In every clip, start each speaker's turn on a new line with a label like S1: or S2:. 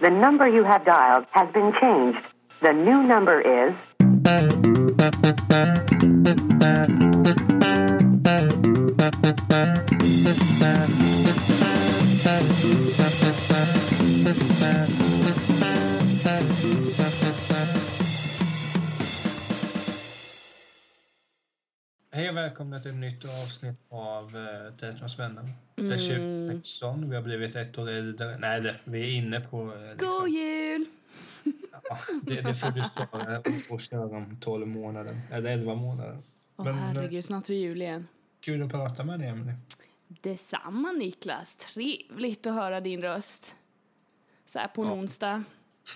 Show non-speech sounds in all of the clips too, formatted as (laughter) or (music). S1: The number you have dialed has been changed. The new number is
S2: Hej och välkomna till ett nytt avsnitt av eh, Teaterns vänner. Det
S3: Mm.
S2: är 2016, vi har blivit ett år äldre. Nej, det, vi är inne på... eh,
S3: God jul!
S2: ja, det, det får du spara och köra om 12 månader, eller 11 månader.
S3: Åh
S2: Men, eh,
S3: herregud, snart är det jul igen.
S2: Kul att prata med dig, Emelie.
S3: Detsamma Niklas, trevligt att höra din röst. Så här på en
S2: Ja.
S3: onsdag.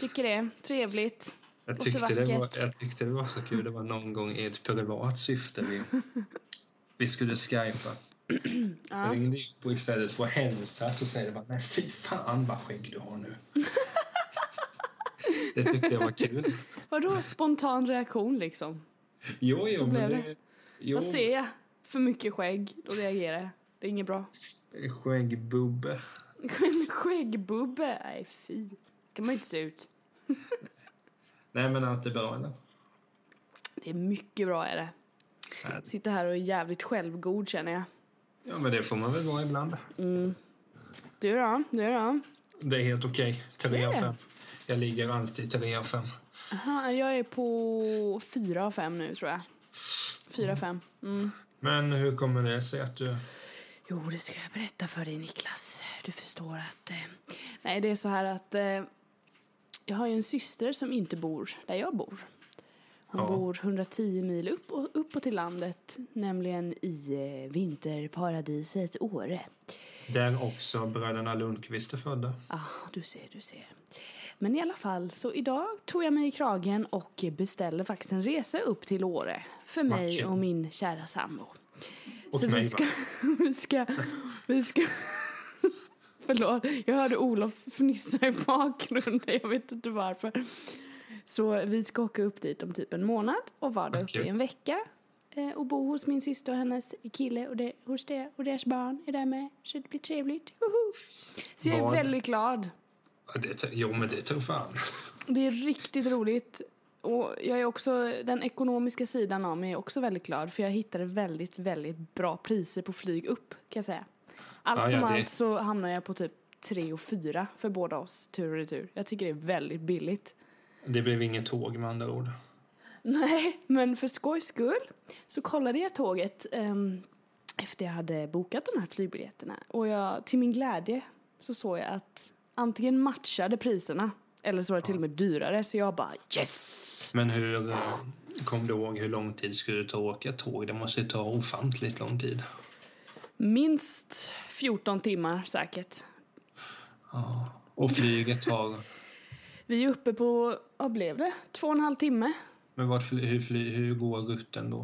S3: Tycker det, trevligt.
S2: Jag
S3: Låter
S2: tyckte, det var,
S3: vackert.
S2: jag tyckte det var så kul. Det var någon gång i ett privat syfte
S3: (laughs)
S2: vi, vi skulle skypa. Så ringde jag på istället för att hälsa så säger det bara nej fy fan vad skägg du har nu. det tyckte jag var kul. (laughs)
S3: Vadå spontan reaktion liksom?
S2: Jo, jo,
S3: Så
S2: men
S3: blev
S2: det,
S3: det.
S2: jo,
S3: Vad ser jag? För mycket skägg, då reagerar jag. Det är inget bra. (laughs)
S2: skäggbubbe.
S3: En skäggbubbe, nej fy. Ska man ju inte se ut.
S2: Nej men allt är bra eller?
S3: Det är mycket bra är det.
S2: Härligt.
S3: Sitter här och är jävligt självgod känner jag.
S2: Ja men det får man väl vara ibland.
S3: Du då? Du då?
S2: Det är helt okej.
S3: Det
S2: Tre
S3: är
S2: av
S3: det.
S2: fem. Jag ligger alltid tre av fem.
S3: Aha, jag är på fyra av fem nu tror jag. Fyra av fem. Mm.
S2: Men hur kommer det sig att du...
S3: Jo, det ska jag berätta för dig Niklas. Du förstår att... Eh, nej, det är så här att eh, jag har ju en syster som inte bor där jag bor. Hon
S2: Ja.
S3: bor 110 mil upp och, uppåt i landet, nämligen i eh, vinterparadiset Åre.
S2: Där också bröderna Lundqvist är födda.
S3: Ah, du ser, du ser. Men i alla fall, så idag tog jag mig i kragen och beställde faktiskt en resa upp till Åre för mig
S2: Matchen.
S3: och min kära sambo.
S2: Och
S3: så
S2: mig, va?
S3: vi ska, (laughs) vi ska, vi ska... Förlåt, jag hörde Olof fnissa i bakgrunden, jag vet inte varför. Så vi ska åka upp dit om typ en månad och vara där uppe
S2: Okej.
S3: i en vecka. eh, Och bo hos min syster och hennes kille och, det, hos det, och deras barn är där med. Så det blir trevligt. Woho! Så jag är
S2: Vad?
S3: väldigt glad.
S2: Ja, Det, tror- jo, men det tror fan.
S3: Det är riktigt roligt. Och jag är också, den ekonomiska sidan av mig är också väldigt glad för jag hittade väldigt, väldigt bra priser på flyg upp kan jag säga. Allt
S2: Ja, ja,
S3: som
S2: det-
S3: allt så hamnar jag på typ 3 och 4 för båda oss tur och retur. Jag tycker det är väldigt billigt.
S2: Det blev inget tåg med andra ord.
S3: Nej, men för skojs skull så kollade jag tåget ehm, efter jag hade bokat de här flygbiljetterna. Och jag, till min glädje så såg jag att antingen matchade priserna eller så var det till och med dyrare. Så jag bara yes!
S2: Men hur... eh, Kom du ihåg hur lång tid skulle det ta att åka tåg? Det måste ju ta ofantligt lång tid.
S3: Minst 14 timmar säkert.
S2: Och flyget tar...
S3: Vi är uppe på, vad blev det? Två och en halv timme.
S2: Men vart, fly- hur, fly, hur går rutten då?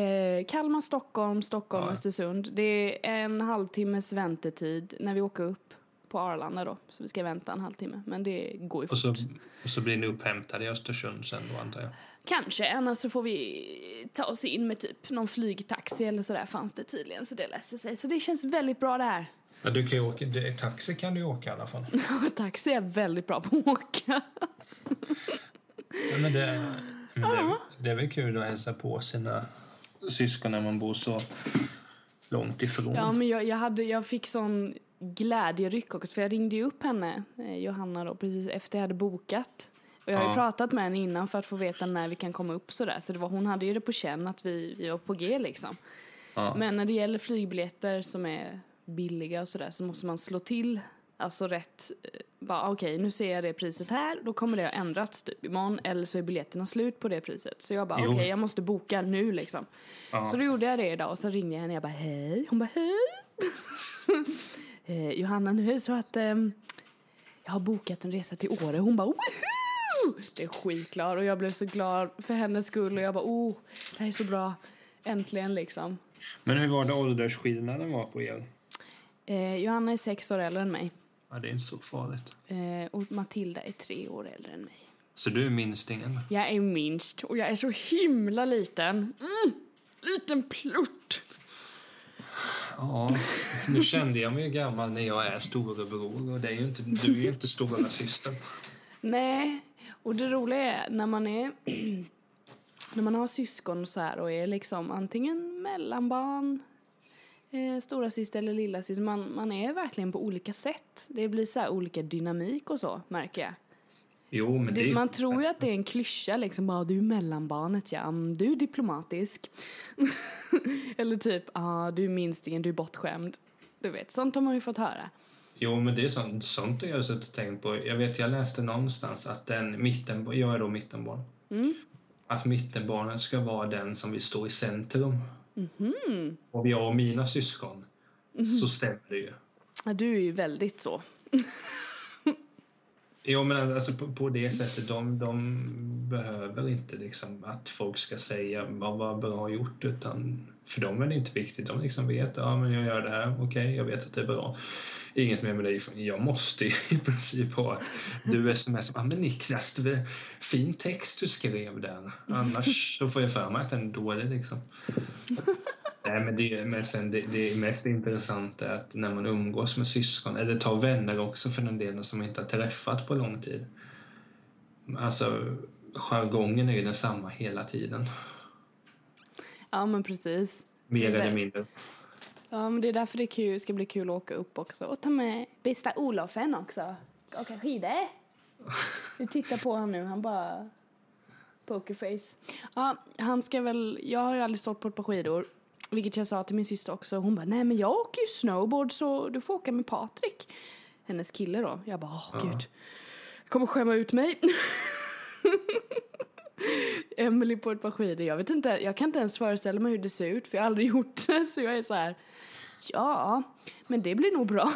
S3: Eh, Kalmar, Stockholm, Stockholm,
S2: Ja.
S3: Östersund. Det är en halvtimmes väntetid när vi åker upp på Arlanda då. Så vi ska vänta en halvtimme. Men det går ju
S2: Och så,
S3: fort.
S2: och så blir ni upphämtade i Östersund sen då, antar jag.
S3: Kanske, annars så får vi ta oss in med typ någon flygtaxi eller sådär fanns det tydligen. Så det löser sig. Så det känns väldigt bra det (laughs) här.
S2: Ja, du kan ju åka... det- Taxi kan du ju åka i alla fall.
S3: Taxi är väldigt bra på att åka.
S2: Ja, men det, men det, det är väl kul att hälsa på sina syskon när man bor så långt ifrån.
S3: Ja, men jag, jag, hade, jag fick sån glädjeryck också, för jag ringde ju upp henne, eh, Johanna, då, precis efter jag hade bokat. Och jag har ju
S2: Ja.
S3: pratat med henne innan för att få veta när vi kan komma upp sådär. Så det var, hon hade ju det på känn att vi, vi var på G liksom.
S2: Ja.
S3: Men när det gäller flygbiljetter som är billiga och sådär så måste man slå till, alltså rätt, eh, bara okej nu ser jag det priset här, då kommer det ha ändrats typ imorgon eller så är biljetterna slut på det priset. Så jag bara
S2: Jo.
S3: okej jag måste boka nu liksom. Så då gjorde jag det idag och så ringde jag henne jag bara hej. Hon bara hej. (laughs) eh, Johanna nu är det så att ehm, jag har bokat en resa till Åre. Hon bara woho! Det är skitglad och jag blev så glad för hennes skull och jag bara oh det här är så bra. Äntligen liksom.
S2: Men hur var det åldersskillnaden var på er?
S3: Eh, Johanna är sex år äldre än mig
S2: Ja, det är inte så farligt.
S3: eh, och Matilda är tre år äldre än mig.
S2: Så du är minstingen?
S3: Jag är minst och jag är så himla liten. Mm. liten plutt.
S2: Ja, nu kände jag mig ju gammal när jag är storebror och det är ju inte, du är ju inte stora systern.
S3: Nej, och det roliga är när man är (clears throat) när man har syskon och så här och är liksom antingen mellanbarn, eh, stora syster eller lilla syster. Man, man är verkligen på olika sätt. Det blir så här olika dynamik och så märker jag.
S2: Jo, men det,
S3: Det, man tror ju att det är en klyscha liksom, bara du är mellanbarnet ja, Mm, du är diplomatisk. (laughs) eller typ, ah, du är minstingen, du är bortskämd. Du vet, sånt har man ju fått höra.
S2: Jo, men det är sånt, sånt jag har suttit och tänkt på. Jag vet, jag läste någonstans att den mitten, jag är då mittenbarn.
S3: Mm.
S2: Att mittenbarnet ska vara den som vill stå i centrum.
S3: Mhm.
S2: Och jag och mina syskon, så stämmer det ju.
S3: Ja, du är ju väldigt så.
S2: Jo, men alltså på, på det sättet, de, de behöver inte liksom att folk ska säga vad, vad bra gjort, utan för dem är det inte viktigt. De liksom vet, ja men jag gör det här, okej, jag vet att det är bra. Inget mer med dig, jag måste (laughs) i princip ha att du smsar, ja men Niklas, det var fin text du skrev där, annars så får jag för mig att den är dålig liksom. Nej, men det, men sen det, det mest intressanta är att när man umgås med syskon, eller tar vänner också för den delen som man inte har träffat på lång tid. Alltså, jargongen är ju densamma hela tiden.
S3: Ja, men precis.
S2: (laughs) Mer
S3: Det är
S2: eller
S3: väl-
S2: mindre.
S3: Ja, men det är därför det är kul, ska bli kul att åka upp också. Och ta med bästa Olofen också. Åka skidor. Du tittar på honom nu, han bara... Pokerface. Ja, han ska väl... Jag har ju aldrig stått på ett par skidor. Vilket jag sa till min syster också. Hon bara, nej men jag åker ju snowboard så du får åka med Patrik. Hennes kille då. Jag bara, åh gud. Jag kommer skämma ut mig. (laughs) Emily på ett par skidor. Jag vet inte, jag kan inte ens föreställa mig hur det ser ut för jag har aldrig gjort det. Så jag är så här, ja, men det blir
S2: (laughs)
S3: nog bra.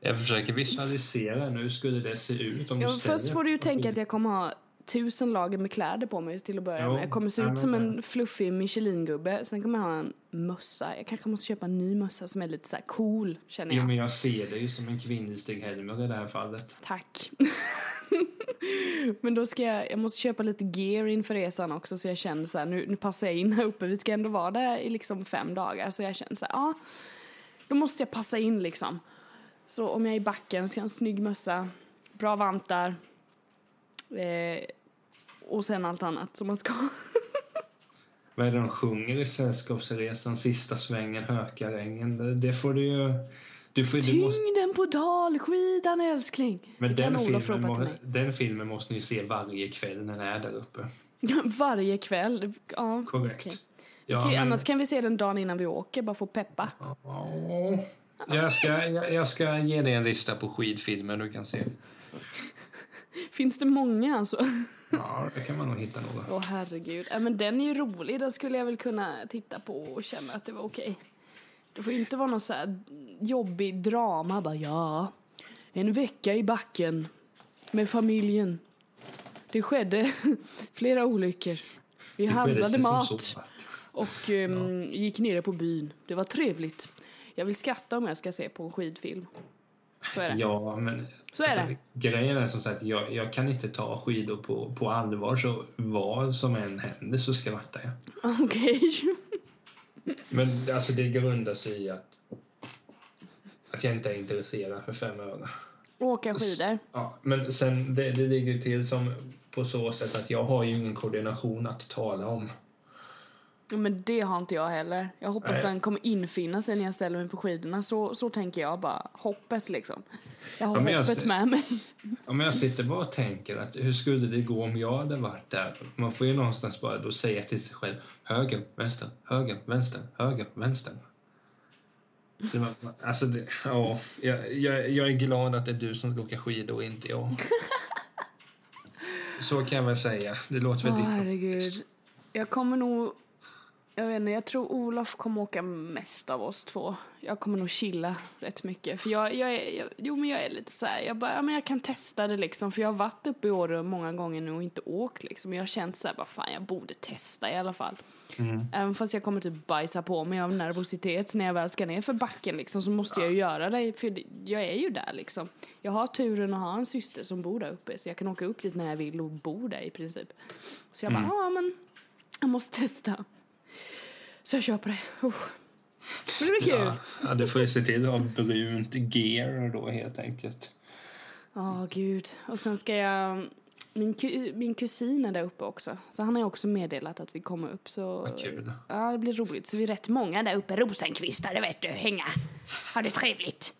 S2: Jag försöker visualisera nu hur skulle det se ut om
S3: Ja,
S2: du
S3: men först
S2: ställer-
S3: får du ju tänka att jag kommer ha tusen lager med kläder på mig till att börja
S2: Jo,
S3: med. Jag kommer se
S2: nej,
S3: ut
S2: men
S3: som
S2: det-
S3: en fluffig Michelin-gubbe. Sen kommer jag ha en mössa. Jag kanske måste köpa en ny mössa som är lite så här cool, känner
S2: Jo,
S3: jag.
S2: men jag ser det ju som en kvinnlig Stig-Helmer i det här fallet.
S3: Tack. (laughs) men då ska jag, jag måste köpa lite gear inför resan också så jag känner så här, nu, nu passar jag in här uppe. Vi ska ändå vara där i liksom fem dagar så jag känner så här, ja, då måste jag passa in liksom. Så om jag är i backen ska jag ha en snygg mössa, bra vantar eh, och sen allt annat som man ska.
S2: Vad är det de sjunger i Sällskapsresan? Sista svängen, Hökarängen. Det, det får du ju... Du, får, du måste
S3: Tyngden på dalskidan älskling.
S2: Men
S3: Det kan
S2: den
S3: Olof
S2: filmen,
S3: ropa till
S2: må,
S3: mig.
S2: den filmen måste ni se varje kväll när ni är där uppe.
S3: (laughs) Varje kväll. Ja,
S2: Korrekt.
S3: okej.
S2: Ja,
S3: Okej,
S2: men-
S3: Annars kan vi se den dagen innan vi åker, bara för att peppa.
S2: Ja. Jag ska, jag, jag ska ge dig en lista på skidfilmer du kan se.
S3: Finns det många alltså?
S2: Ja, det kan man nog hitta några.
S3: Åh herregud. Ja, men den är ju rolig, den skulle jag väl kunna titta på och känna att det var okej. Det får ju inte vara någon så här jobbig drama, bara ja. En vecka i backen med familjen. Det skedde (laughs) flera olyckor. Vi handlade
S2: precis som
S3: mat
S2: så.
S3: och ehm, gick nere på byn. Det var trevligt. Jag vill skratta om jag ska se på en skidfilm. Så är det.
S2: Ja, men...
S3: Så är
S2: det. Grejen är som sagt, jag, jag kan inte ta skidor på, på allvar så vad som än händer så skrattar jag.
S3: (laughs) Okej.
S2: Men alltså det grundar sig i att, att jag inte är intresserad för fem öre.
S3: Åka skidor.
S2: Ja, men sen det, det ligger ju till som på så sätt att jag har ju ingen koordination att tala om.
S3: Ja, men det har inte jag heller. Jag hoppas
S2: Nej.
S3: den kommer infinna sig när jag ställer mig på skidorna. Så, så tänker jag bara. Hoppet liksom. Jag har
S2: Ja, men jag
S3: hoppet
S2: ser- (laughs)
S3: med mig.
S2: Om jag sitter bara och tänker att hur skulle det gå om jag hade varit där? Man får ju någonstans bara då säga till sig själv höger, vänster, höger, vänster, höger, vänster. Det var, alltså det, ja, jag, jag, jag är glad att det är du som ska åka skidor och inte jag.
S3: (laughs)
S2: Så kan jag väl säga. Det låter väl
S3: Åh,
S2: diplomatiskt.
S3: herregud. Jag kommer nog... Jag vet inte, jag tror Olof kommer åka mest av oss två. Jag kommer nog chilla rätt mycket. För jag, jag är, jag, jo men jag är lite så här, jag bara, ja, men jag kan testa det liksom. För jag har varit uppe i Åre många gånger nu och inte åkt liksom. Jag har känt så här, vad fan jag borde testa i alla fall. Även fast jag kommer typ bajsa på mig av nervositet när jag väl ska ner för backen liksom så måste jag ju göra det. För jag är ju där liksom. Jag har turen att ha en syster som bor där uppe så jag kan åka upp dit när jag vill och bo där i princip. Så jag bara, ja men jag måste testa. Så jag köper det. Usch. Men det blir kul.
S2: Ja, ja, du får ju se till att ha brunt gear då helt enkelt.
S3: Ja, gud. Och sen ska jag... Min, ku- min kusin är där uppe också. Så han har ju också meddelat att vi kommer upp. Så...
S2: Vad kul.
S3: Ja, det blir roligt. Så vi är rätt många där uppe. Rosenkvistare, vet du. Hänga. Ha det trevligt.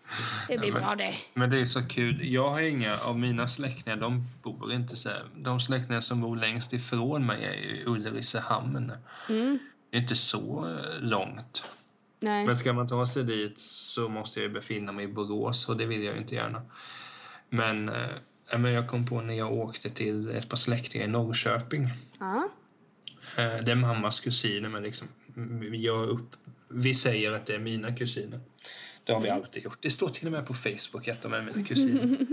S3: Det blir
S2: men-
S3: bra det.
S2: Men det är så kul. Jag har inga av mina släktingar, de bor inte så här. De släktingar som bor längst ifrån mig är i Ulricehamn. Det är inte så eh, långt.
S3: Nej.
S2: Men ska man ta sig dit så måste jag ju befinna mig i Borås och det vill jag ju inte gärna. Men, eh, ja, men jag kom på när jag åkte till ett par släktingar i Norrköping.
S3: Ja.
S2: Eh, Det är mammas kusiner, men liksom, mm, jag är upp, vi säger att det är mina kusiner. Det har vi alltid gjort. Det står till och med på Facebook att de är mina (laughs) kusiner.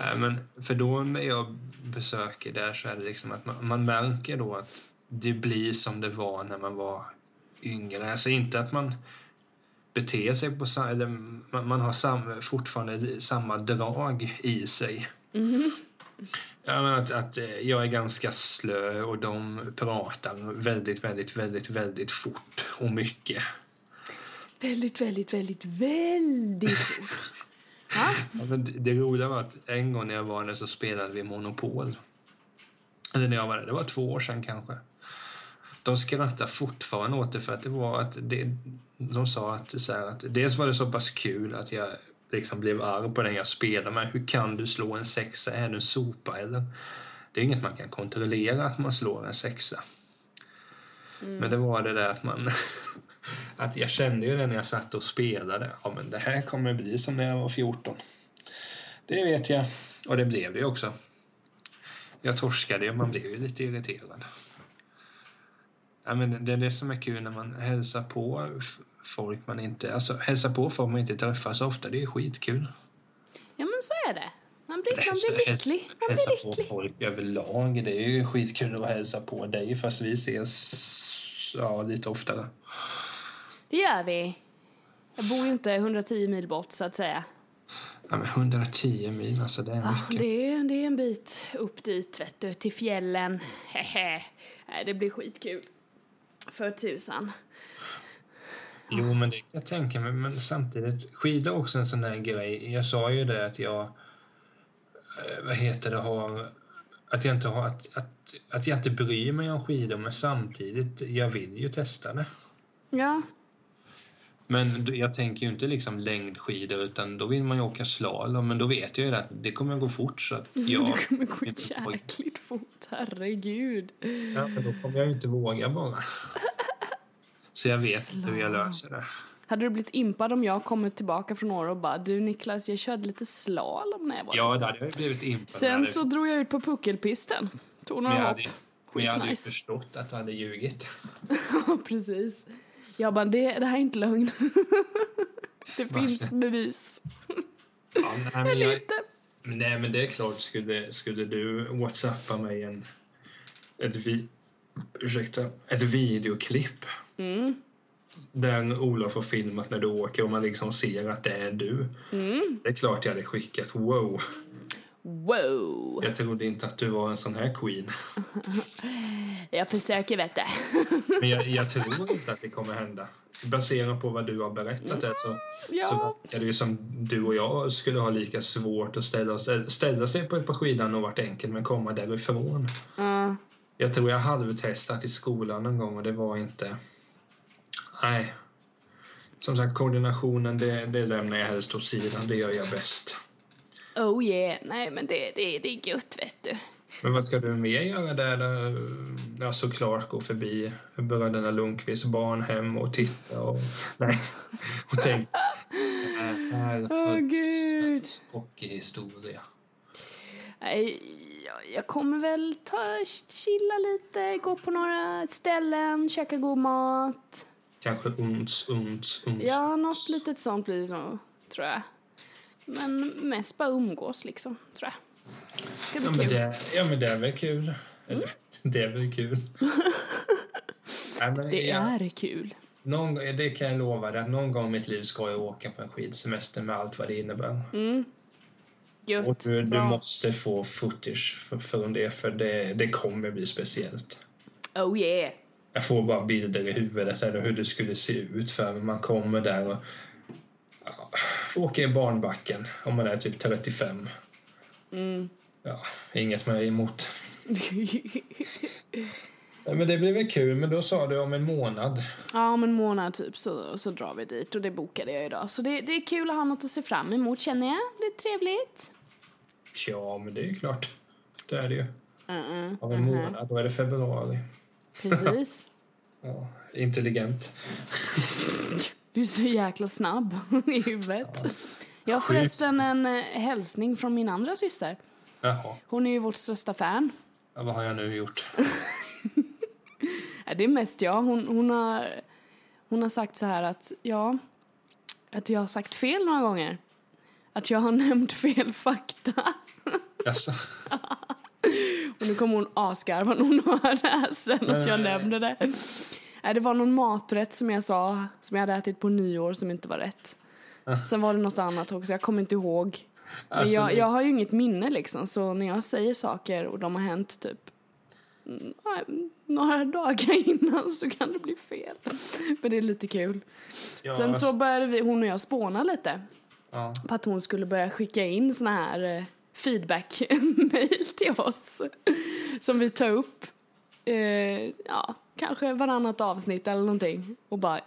S2: Eh, men för då när jag besöker där så är det liksom att man, man märker då att det blir som det var när man var yngre. Alltså inte att man beter sig på samma... Eller man, man har sam, fortfarande samma drag i sig. Ja, men att, att eh, jag är ganska slö och de pratar väldigt, väldigt, väldigt, väldigt fort och mycket.
S3: Väldigt, väldigt, väldigt, väldigt fort. Ja.
S2: Ja, men det- det roliga var att en gång när jag var där så spelade vi Monopol. Eller när jag var där, det var två år sedan kanske. De skrattar fortfarande åt det för att det var att det, de sa att, så här, att dels var det så pass kul att jag liksom blev arg på den jag spelade med. Hur kan du slå en sexa? Är du en sopa eller? Det är inget man kan kontrollera att man slår en sexa. Men det var det där att man... (laughs) att jag kände ju det när jag satt och spelade. Ja, men det här kommer bli som när jag var 14. Det vet jag. Och det blev det ju också. Jag torskade ju, man blev ju lite irriterad. Ja, men det är det som är kul när man hälsar på f- folk man inte... Alltså, hälsar på folk man inte träffar så ofta, det är ju skitkul.
S3: ja, men så är det. Man blir, man
S2: Hälsa-
S3: blir
S2: häls-
S3: lycklig. Man
S2: hälsa
S3: blir
S2: på
S3: lycklig.
S2: folk överlag. Det är ju skitkul att hälsa på dig fast vi ses ja, lite oftare.
S3: Det gör vi. Jag bor ju inte 110 mil bort, så att säga.
S2: Ja, men 110 mil, alltså det är
S3: Ja,
S2: mycket.
S3: det är, det är en bit upp dit, vet du, till fjällen. Hehe. Nej, det blir skitkul. För tusan.
S2: Jo, men det kan jag tänka mig. Men samtidigt, skidor är också en sån här grej. Jag sa ju det att jag, eh, vad heter det, har, att jag inte har, att, att, att jag inte bryr mig om skidor, men samtidigt, jag vill ju testa det.
S3: Ja,
S2: Men då- jag tänker ju inte liksom längdskidor utan då vill man ju åka slalom men då vet jag ju det att det kommer att gå fort så att jag...
S3: Mm, det kommer gå
S2: inte våga.
S3: jäkligt fort, herregud.
S2: Ja, men då kommer jag ju inte våga bara. Så jag vet inte hur jag
S3: Slalom.
S2: löser det.
S3: Hade du blivit impad om jag kommit tillbaka från Åre och bara du Niklas, jag körde lite slalom när jag var
S2: Ja, det hade jag ju blivit impad
S3: Sen
S2: med.
S3: så drog jag ut på puckelpisten. Tog
S2: Men jag
S3: några hopp.
S2: hade, men jag hade ju
S3: Skitnice.
S2: förstått att du hade
S3: (laughs)
S2: ljugit.
S3: Ja, precis. Jag bara, det, det här är inte lögn. (laughs) det finns bevis.
S2: Ja, nej, men
S3: Eller
S2: jag,
S3: inte.
S2: nej, men det är klart. Skulle, skulle du whatsappa mig en, ett, vi, ursäkta, ett videoklipp
S3: Mm.
S2: där Olof har filmat när du åker och man liksom ser att det är du.
S3: Mm.
S2: Det är klart jag hade skickat. Wow,
S3: Wow!
S2: jag trodde inte att du var en sån här queen.
S3: Jag försöker vet du.
S2: Men jag, jag tror inte att det kommer hända. Baserat på vad du har berättat här så,
S3: ja.
S2: så verkar det ju som du och jag skulle ha lika svårt att ställa, oss, ställa sig på ett par skidor och varit enkelt men komma därifrån.
S3: Ja.
S2: Jag tror jag halvtestat i skolan någon gång och det var inte... Nej. Som sagt, koordinationen det, det lämnar jag helst åt sidan. Det gör jag bäst.
S3: Oh yeah. Nej men det, det, det är gött vet du.
S2: Men vad ska du mer göra där? där ja, såklart gå förbi bröderna Lundqvists barnhem och titta och... Nej. Och tänk... Äh, här
S3: Åh, gud.
S2: föds hockeyhistoria.
S3: Nej, jag, jag kommer väl ta, chilla lite, gå på några ställen, käka god mat.
S2: Kanske uns, uns, uns.
S3: Ja, något litet sånt blir det nog, tror jag. Men mest bara umgås liksom, tror jag. Det
S2: Ja
S3: blir
S2: men
S3: kul. Mm.
S2: det, ja, men det är väl kul. Eller, (laughs) det är väl
S3: (laughs)
S2: kul. Nej, men
S3: Det
S2: jag,
S3: är kul.
S2: någon, gång- det kan jag lova dig, att någon gång i mitt liv ska jag åka på en skidsemester med allt vad det innebär. Och
S3: Gött.
S2: du, du
S3: Bra.
S2: måste få footage för, från det, för det, det kommer bli speciellt.
S3: Oh yeah. (laughs)
S2: jag får bara bilder i huvudet eller hur det skulle se ut för man kommer där och ja, får åka i barnbacken om man är typ 35.
S3: Mm.
S2: Ja, inget mer emot. Nej, men det blev väl kul, men då sa du om en månad.
S3: Ja, om en månad typ så, så drar vi dit och det bokade jag idag. Så det, det är kul att ha något att se fram emot känner jag. Det är trevligt.
S2: Ja, men det är ju klart. Det är det ju.
S3: Uh-uh.
S2: Om en månad, då är det februari.
S3: Precis.
S2: Ja, intelligent.
S3: Du är så jäkla snabb (laughs) i huvudet. Jag har
S2: Sjukt.
S3: förresten en eh, hälsning från min andra syster.
S2: Jaha,
S3: Hon är ju vårt största fan.
S2: ja, vad har jag nu
S3: (laughs)
S2: gjort?
S3: Ja, Äh, det är mest jag. Hon, hon, har, hon har sagt så här att, ja, att jag har sagt fel några gånger. Att jag har (laughs) nämnt fel fakta.
S2: Jaså?
S3: Och nu kommer hon asgarva när hon (laughs) hör det här sen att jag
S2: Nej.
S3: nämnde det. Nej, det var någon maträtt som jag sa, som jag hade ätit på nyår som inte var rätt.
S2: Ah.
S3: Sen var det något annat också, jag kommer inte ihåg. Men
S2: Alltså,
S3: jag,
S2: det-
S3: jag har ju inget minne liksom, så när jag säger saker och de har hänt typ mm, nej, några dagar (laughs) innan så kan det bli fel. Men det är lite kul.
S2: Ja,
S3: Sen så började vi, hon och jag spåna lite
S2: Alltså, Ja.
S3: på att hon skulle börja skicka in såna här eh, (laughs) feedback-mail till oss som vi tar upp eh, ja, kanske varannat avsnitt eller någonting och bara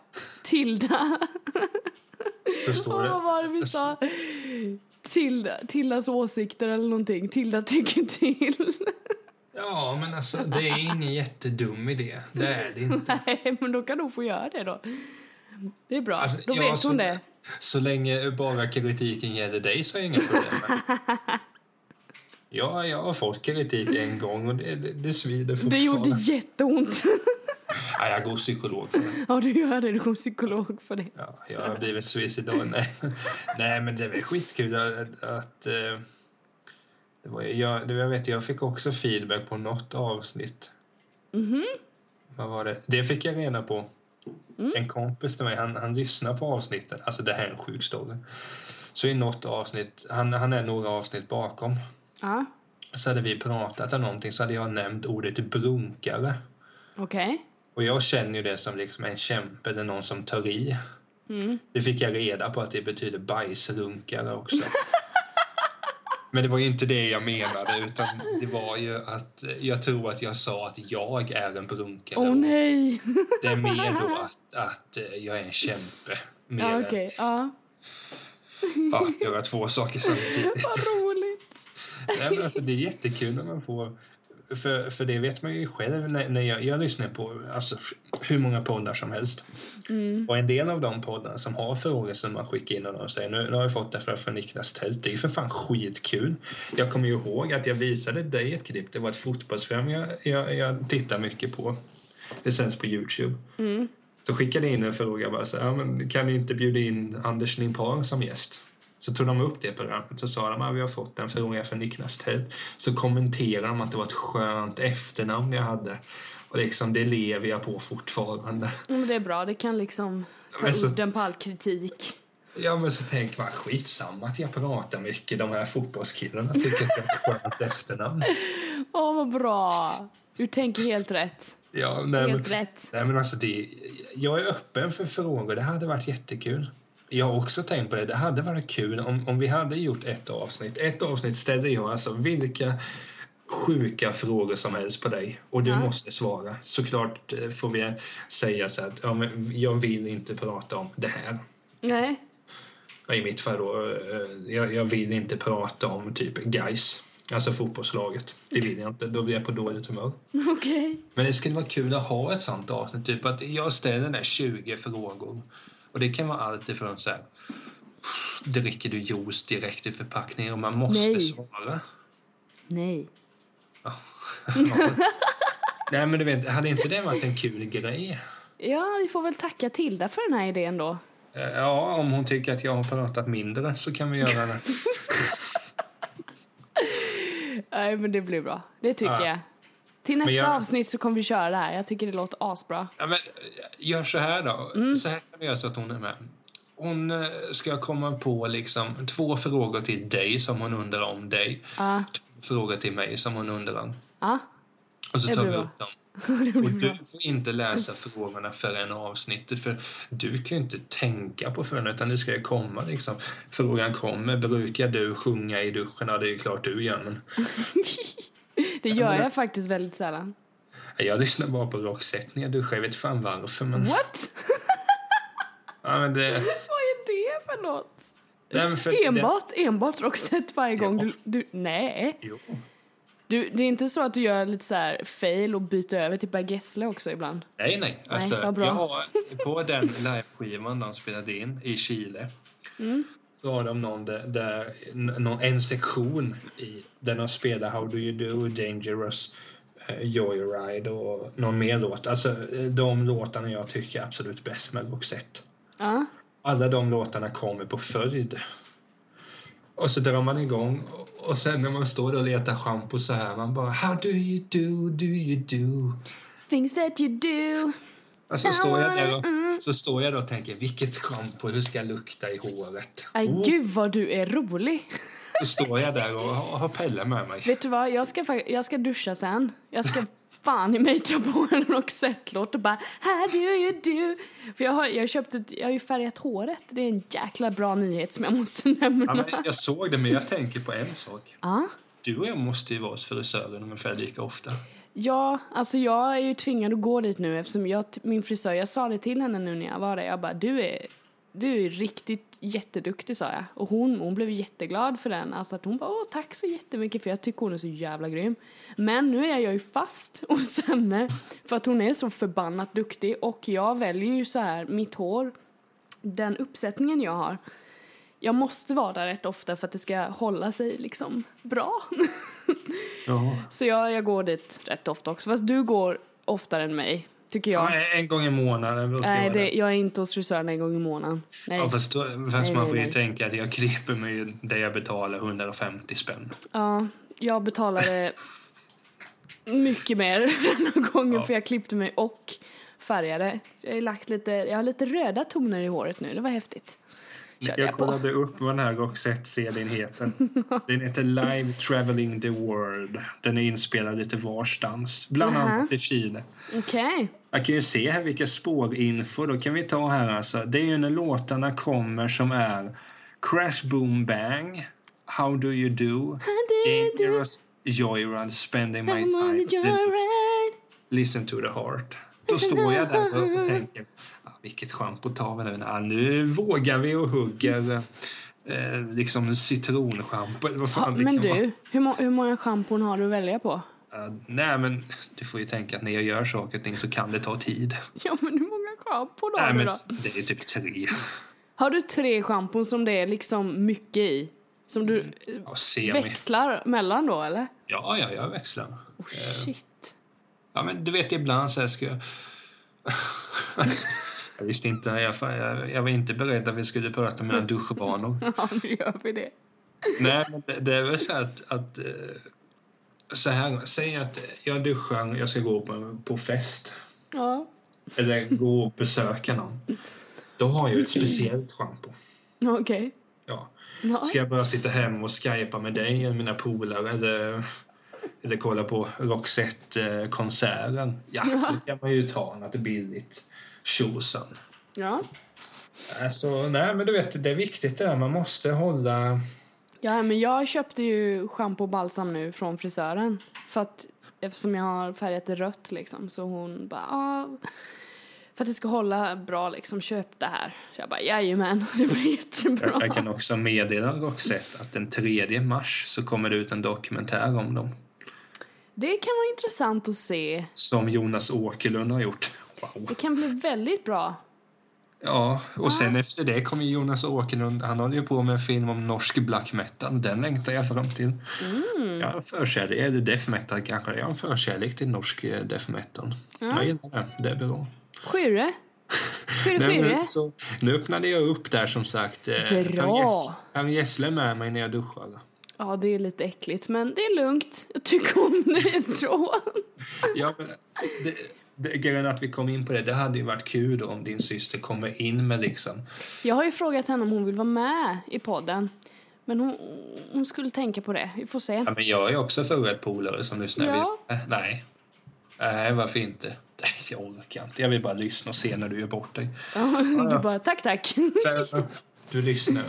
S3: Tilda,
S2: Så står
S3: vad
S2: det.
S3: var det vi sa? Tilda, Tildas åsikter eller någonting, Tilda tycker till. (laughs)
S2: Ja, men alltså det är ingen jättedum idé. Det är det inte.
S3: Nej, men då kan hon få göra det då. Det är bra,
S2: Alltså,
S3: då
S2: ja,
S3: vet hon
S2: så-
S3: det.
S2: Så länge bara kritiken gäller dig så är jag inga problem
S3: (laughs)
S2: med. Ja, jag har fått kritik en gång och det, det, det svider
S3: Det
S2: fortfarande.
S3: gjorde jätteont. (laughs)
S2: Ja, jag går psykolog för det.
S3: ja, du gör det, du går psykolog för det.
S2: Ja, jag har blivit suicidal. (laughs) Nej. Nej, men det är väl skitkul att... att eh, det var, jag, det- jag, vet, jag fick också feedback på något avsnitt. Vad var det? Det fick jag reda på. En kompis till mig, han, han lyssnar på avsnitten. Alltså det här är en sjuk story. Så i något avsnitt, han, han är några avsnitt bakom.
S3: Ja,
S2: Så hade vi pratat om någonting så hade jag nämnt ordet brunkare.
S3: okej.
S2: Och jag känner ju det som liksom en kämpe eller någon som tar i.
S3: Mm.
S2: Det fick jag reda på att det betyder bajsrunkare också.
S3: (laughs)
S2: Men det var ju inte det jag menade utan det var ju att jag tror att jag sa att jag är en brunkare.
S3: Åh
S2: Och
S3: nej!
S2: Det är mer då att, att eh, jag är en kämpe. Mer
S3: (laughs) Ja,
S2: än-
S3: okej. Ja.
S2: ja, göra två saker samtidigt.
S3: Vad roligt!
S2: Nej, men alltså, det är jättekul när man får... För, för det vet man ju själv när, när jag, jag lyssnar på alltså, hur många poddar som helst. Och en del av de poddarna som har frågor som man skickar in och de säger nu, nu har jag fått det här från Niklas Tält. Det är ju för fan skitkul. Jag kommer ju ihåg att jag visade dig ett klipp. Det var ett fotbollsprogram jag, jag, jag tittar mycket på. Det sänds på Youtube. Så skickade jag in en fråga bara så här, ja, men kan ni inte bjuda in Anders Limpar som gäst? Så tog de upp det programmet och sa de att vi har fått en fråga från Niklas Tält. Så kommenterade de att det var ett skönt efternamn jag hade. Och liksom, det lever jag på fortfarande.
S3: Ja, men det är bra, det kan liksom ta
S2: Men så-
S3: udden på all kritik.
S2: Ja men så tänker man skitsamma att jag pratar mycket. De här fotbollskillarna tycker att jag har ett skönt efternamn.
S3: Åh, vad bra! Du tänker helt rätt.
S2: Ja, nej, men,
S3: Helt rätt.
S2: nej men alltså det, jag är öppen för frågor. Det hade varit jättekul. Jag har också tänkt på det. Det hade varit kul om, om vi hade gjort ett avsnitt. Ett avsnitt ställde jag alltså vilka sjuka frågor som helst på dig och du
S3: Ja.
S2: måste svara. Såklart eh, får vi säga så att ja, men jag vill inte prata om det här.
S3: Nej. (laughs)
S2: Ja, i mitt fall då, eh, jag, jag vill inte prata om typ guys. Alltså fotbollslaget. Det vill jag inte. Då blir jag på dåligt humör.
S3: Okej.
S2: Men det skulle vara kul att ha ett sånt avsnitt. Typ att jag ställer där 20 frågor. Och det kan vara allt ifrån så här. Dricker du juice direkt ur förpackningen? Och man måste
S3: Nej.
S2: svara.
S3: Nej.
S2: Nej men du vet, hade inte det varit en kul grej?
S3: Ja, vi får väl tacka Tilda för den här idén då.
S2: Eh, Ja, om hon tycker att jag har pratat mindre så kan vi göra
S3: (laughs)
S2: det.
S3: Nej, men det blir bra. Det tycker
S2: Ja.
S3: jag. Till nästa
S2: jag-
S3: avsnitt så kommer vi köra det här. Jag tycker det låter asbra.
S2: Ja, men, eh, gör så här då.
S3: Mm.
S2: Så här kan vi göra så att hon är med. Hon eh, ska komma på liksom två frågor till dig som hon undrar om dig.
S3: Ja.
S2: Två frågor till mig som hon undrar om.
S3: Ja.
S2: Och så
S3: Det
S2: tar
S3: blir
S2: vi
S3: bra.
S2: upp dem.
S3: (laughs) Det blir
S2: Och
S3: bra.
S2: du får inte läsa frågorna förrän avsnittet för du kan ju inte tänka på förrän utan det ska ju komma liksom. Frågan kommer, brukar du sjunga i duschen? Ja, det är ju klart du gör men
S3: Det gör jag faktiskt väldigt sällan.
S2: jag lyssnar bara på rockset när jag duschar. Jag vet fan varför men...
S3: What? (laughs)
S2: Ja, men det...
S3: Vad är det för något?
S2: Nej, men för
S3: Enbart, enbart Roxette varje gång du, du... Nej.
S2: Det, jo.
S3: Du, det är inte så att du gör lite så här fail och byter över till Per Gessle också ibland?
S2: Nej, nej. Alltså,
S3: vad bra.
S2: jag har, på den liveskivan de spelade in i Chile
S3: Mm.
S2: så har de någon, där, där, n- någon, en sektion i, där de spelar How Do You Do, Dangerous, eh, Joyride och någon mer låt. Alltså eh, de låtarna jag tycker är absolut bäst med Roxette.
S3: Ja.
S2: Alla de låtarna kommer på följd. Och så drar man igång och- och sen när man står där och letar schampo så här man bara How do you do, do you do?
S3: Things that you do.
S2: Och så Alltså, står jag där och,
S3: mm.
S2: så står jag där och tänker vilket schampo, hur ska jag lukta i håret?
S3: Ay,
S2: Oh,
S3: Gud vad du är rolig. (laughs)
S2: så står jag där och har, har Pelle med mig.
S3: Vet du vad, jag ska, fa- jag ska duscha sen.
S2: (laughs)
S3: Jag ska fan i mig ta på en Roxette-låt och bara How do you do? För jag har, jag, har köpt ett, jag har ju färgat håret. Det är en jäkla bra nyhet som jag måste
S2: Ja,
S3: nämna.
S2: men jag såg det men jag tänker på en sak.
S3: Ja,
S2: Du och jag måste ju vara hos frisören ungefär lika ofta.
S3: ja alltså jag är ju tvingad att gå dit nu eftersom jag, min frisör, jag sa det till henne nu när jag var där. Jag bara, du är, du är riktigt jätteduktig sa jag. Och hon, hon blev jätteglad för den. Alltså att hon bara, åh tack så jättemycket för jag tycker hon är så jävla grym. Men nu är jag ju fast (laughs) hos henne för att hon är så förbannat duktig och jag väljer ju så här mitt hår, den uppsättningen jag har. Jag måste vara där rätt ofta för att det ska hålla sig liksom bra.
S2: Ja.
S3: Så jag, jag går dit rätt ofta också. Fast du går oftare än mig, tycker jag. Nej,
S2: En gång i månaden brukar jag
S3: det, jag är inte hos frisören en gång i månaden. Nej.
S2: Ja,
S3: Ja,
S2: fast, då, fast
S3: nej,
S2: man får ju
S3: nej.
S2: tänka att jag klipper mig där jag betalar 150 spänn.
S3: jag betalade mycket mer (laughs) den här gången
S2: Ja.
S3: för jag klippte mig och färgade. Så Jag har, ju lagt lite, jag har lite röda toner i håret nu, det var häftigt. Körde jag,
S2: Jag
S3: på.
S2: kollade upp vad den här Roxette-serien
S3: (laughs)
S2: heter. Den heter Live Traveling the World. Den är inspelad lite varstans, bland
S3: Jaha.
S2: annat i Chile.
S3: Okej.
S2: Jag kan ju se här vilka spårinfo då kan vi ta här alltså. Det är ju när låtarna kommer som är Crash Boom Bang, How Do You Do,
S3: do you do?
S2: Dangerous, Joyride, Spending My
S3: I'm on
S2: Time,
S3: your
S2: The
S3: right.
S2: Listen to the heart. Då står jag där och tänker, ah, vilket schampo tar vi nu? Ah, nu vågar vi och hugger eh, liksom citronschampo eller vad fan det
S3: Men
S2: kan vara.
S3: du, hur, må- hur många schampon har du att välja på? (laughs)
S2: Ah, nej, men du får ju tänka att när jag gör saker och ting så kan det ta tid.
S3: Ja, men hur många schampon har
S2: nej,
S3: du
S2: men
S3: då?
S2: det är typ tre.
S3: Har du tre schampon som det är liksom mycket i? Som du
S2: Mm. Ja, semi.
S3: växlar mellan då eller?
S2: Ja, ja, jag växlar.
S3: Oh,
S2: Eh.
S3: shit. (laughs)
S2: Ja, men du vet ibland så här ska jag... (laughs) jag visste inte, jag, jag, jag var inte beredd att vi skulle prata om mina duschvanor.
S3: Ja, nu gör vi det.
S2: Nej, men det- det är väl så att... att eh, så här, säg att jag duschar, jag ska gå på, på fest
S3: Ja.
S2: eller gå och besöka någon. Då har jag ett speciellt schampo.
S3: Okej.
S2: Ja.
S3: Ja.
S2: Ska jag bara sitta hemma och skypa med dig eller mina polare eller, eller kolla på Roxette-konserten? Ja, då kan man ju ta något billigt. Tjosan.
S3: ja.
S2: Alltså, nej, men du vet, det är viktigt det där. Man måste hålla...
S3: Ja, men jag köpte ju schampo och balsam nu från frisören. För att eftersom jag har färgat det rött liksom så hon bara ah, för att det ska hålla bra liksom köp det här. Så jag bara jajamän, (laughs) det blir jättebra.
S2: Jag, jag kan också meddela Roxette att den 3 mars så kommer det ut en dokumentär om dem.
S3: Det kan vara intressant att se.
S2: Som Jonas Åkerlund har gjort. Wow.
S3: Det kan bli väldigt bra.
S2: Ja, och sen efter det kommer Jonas Åkerlund. Han håller ju på med en film om norsk black metal. Den längtar jag fram till. Jag har en förkärlek, eller death metal kanske. Jag har en förkärlek till norsk eh, death metal. Jag gillar det. Det är bra. (laughs)
S3: Skyrre? Skyrre,
S2: Nej,
S3: skyrre?
S2: men så, nu öppnade jag upp där som sagt. Eh, Per
S3: Bra.
S2: Gess- Per Gessle är med mig när jag duschar.
S3: Ja, det är lite äckligt, men det är lugnt. Jag tycker om (laughs) det ändå.
S2: Ja, men det, det, grejen är att vi kom in på det. Det hade ju varit kul då om din syster kommer in med liksom.
S3: Jag har ju frågat henne om hon vill vara med i podden. Men hon, hon skulle tänka på det. Vi får se. (laughs)
S2: Ja, men jag är också förberedd polare som lyssnar.
S3: Ja.
S2: Vill- eh, Nej. Nej, varför inte? (laughs) Nej, jag orkar inte. Jag vill bara lyssna och se när du gör bort dig.
S3: Ja, du bara tack, tack.
S2: Sen- Du lyssnar.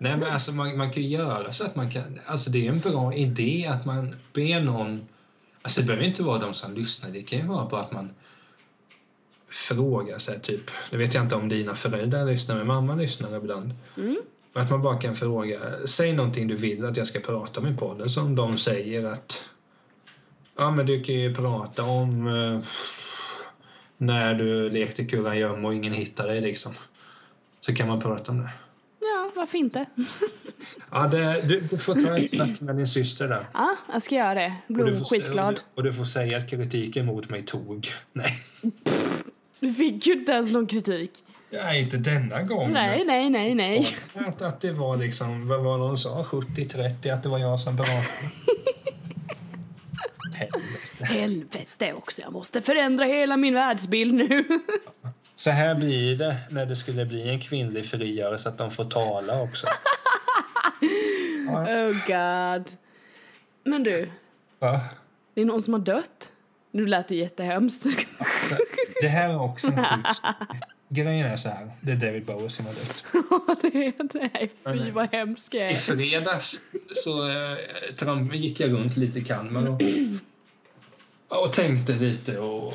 S2: Nej, men alltså man, man kan ju göra så att man kan... Alltså det är en bra idé att man ber någon... Alltså det behöver inte vara de som lyssnar. Det kan ju vara bara att man frågar sig typ... Det vet jag inte om dina föräldrar lyssnar, men mamma lyssnar ibland. Men Att man bara kan fråga. Säg någonting du vill att jag ska prata om i podden. Som de säger att... Ja, men du kan ju prata om... eh, när du lekte kurragömma och ingen hittade dig liksom. Så kan man prata om det.
S3: Ja, varför inte?
S2: Ja, det, du, du får ta ett snack med din syster där.
S3: Ja, jag ska göra det.
S2: Och
S3: Blev
S2: du får,
S3: skitglad.
S2: Och du, och du får säga att kritiken mot mig tog. (laughs) Nej.
S3: Du fick ju inte ens någon kritik.
S2: Nej, inte denna gång.
S3: Nej, nej, nej, nej.
S2: Att, att det var liksom, vad var det hon sa? 70-30, att det var jag som
S3: (laughs)
S2: pratade. Helvete.
S3: Helvete också, jag måste förändra hela min världsbild nu.
S2: Så här blir det när det skulle bli en kvinnlig frigörelse, att de får tala också.
S3: (laughs) Oh god. Men du,
S2: Va?
S3: det är någon som har dött. Nu lät det
S2: (laughs)
S3: jättehemskt.
S2: Så, det här är också en sjuk
S3: (laughs)
S2: story. Grejen är så här, det är David Bowie som har dött.
S3: Ja, (laughs) det är det. Nej, Fy vad hemskt jag
S2: I
S3: är.
S2: fredags så eh, tramp, gick jag runt lite i Kalmar och, och tänkte lite. Och,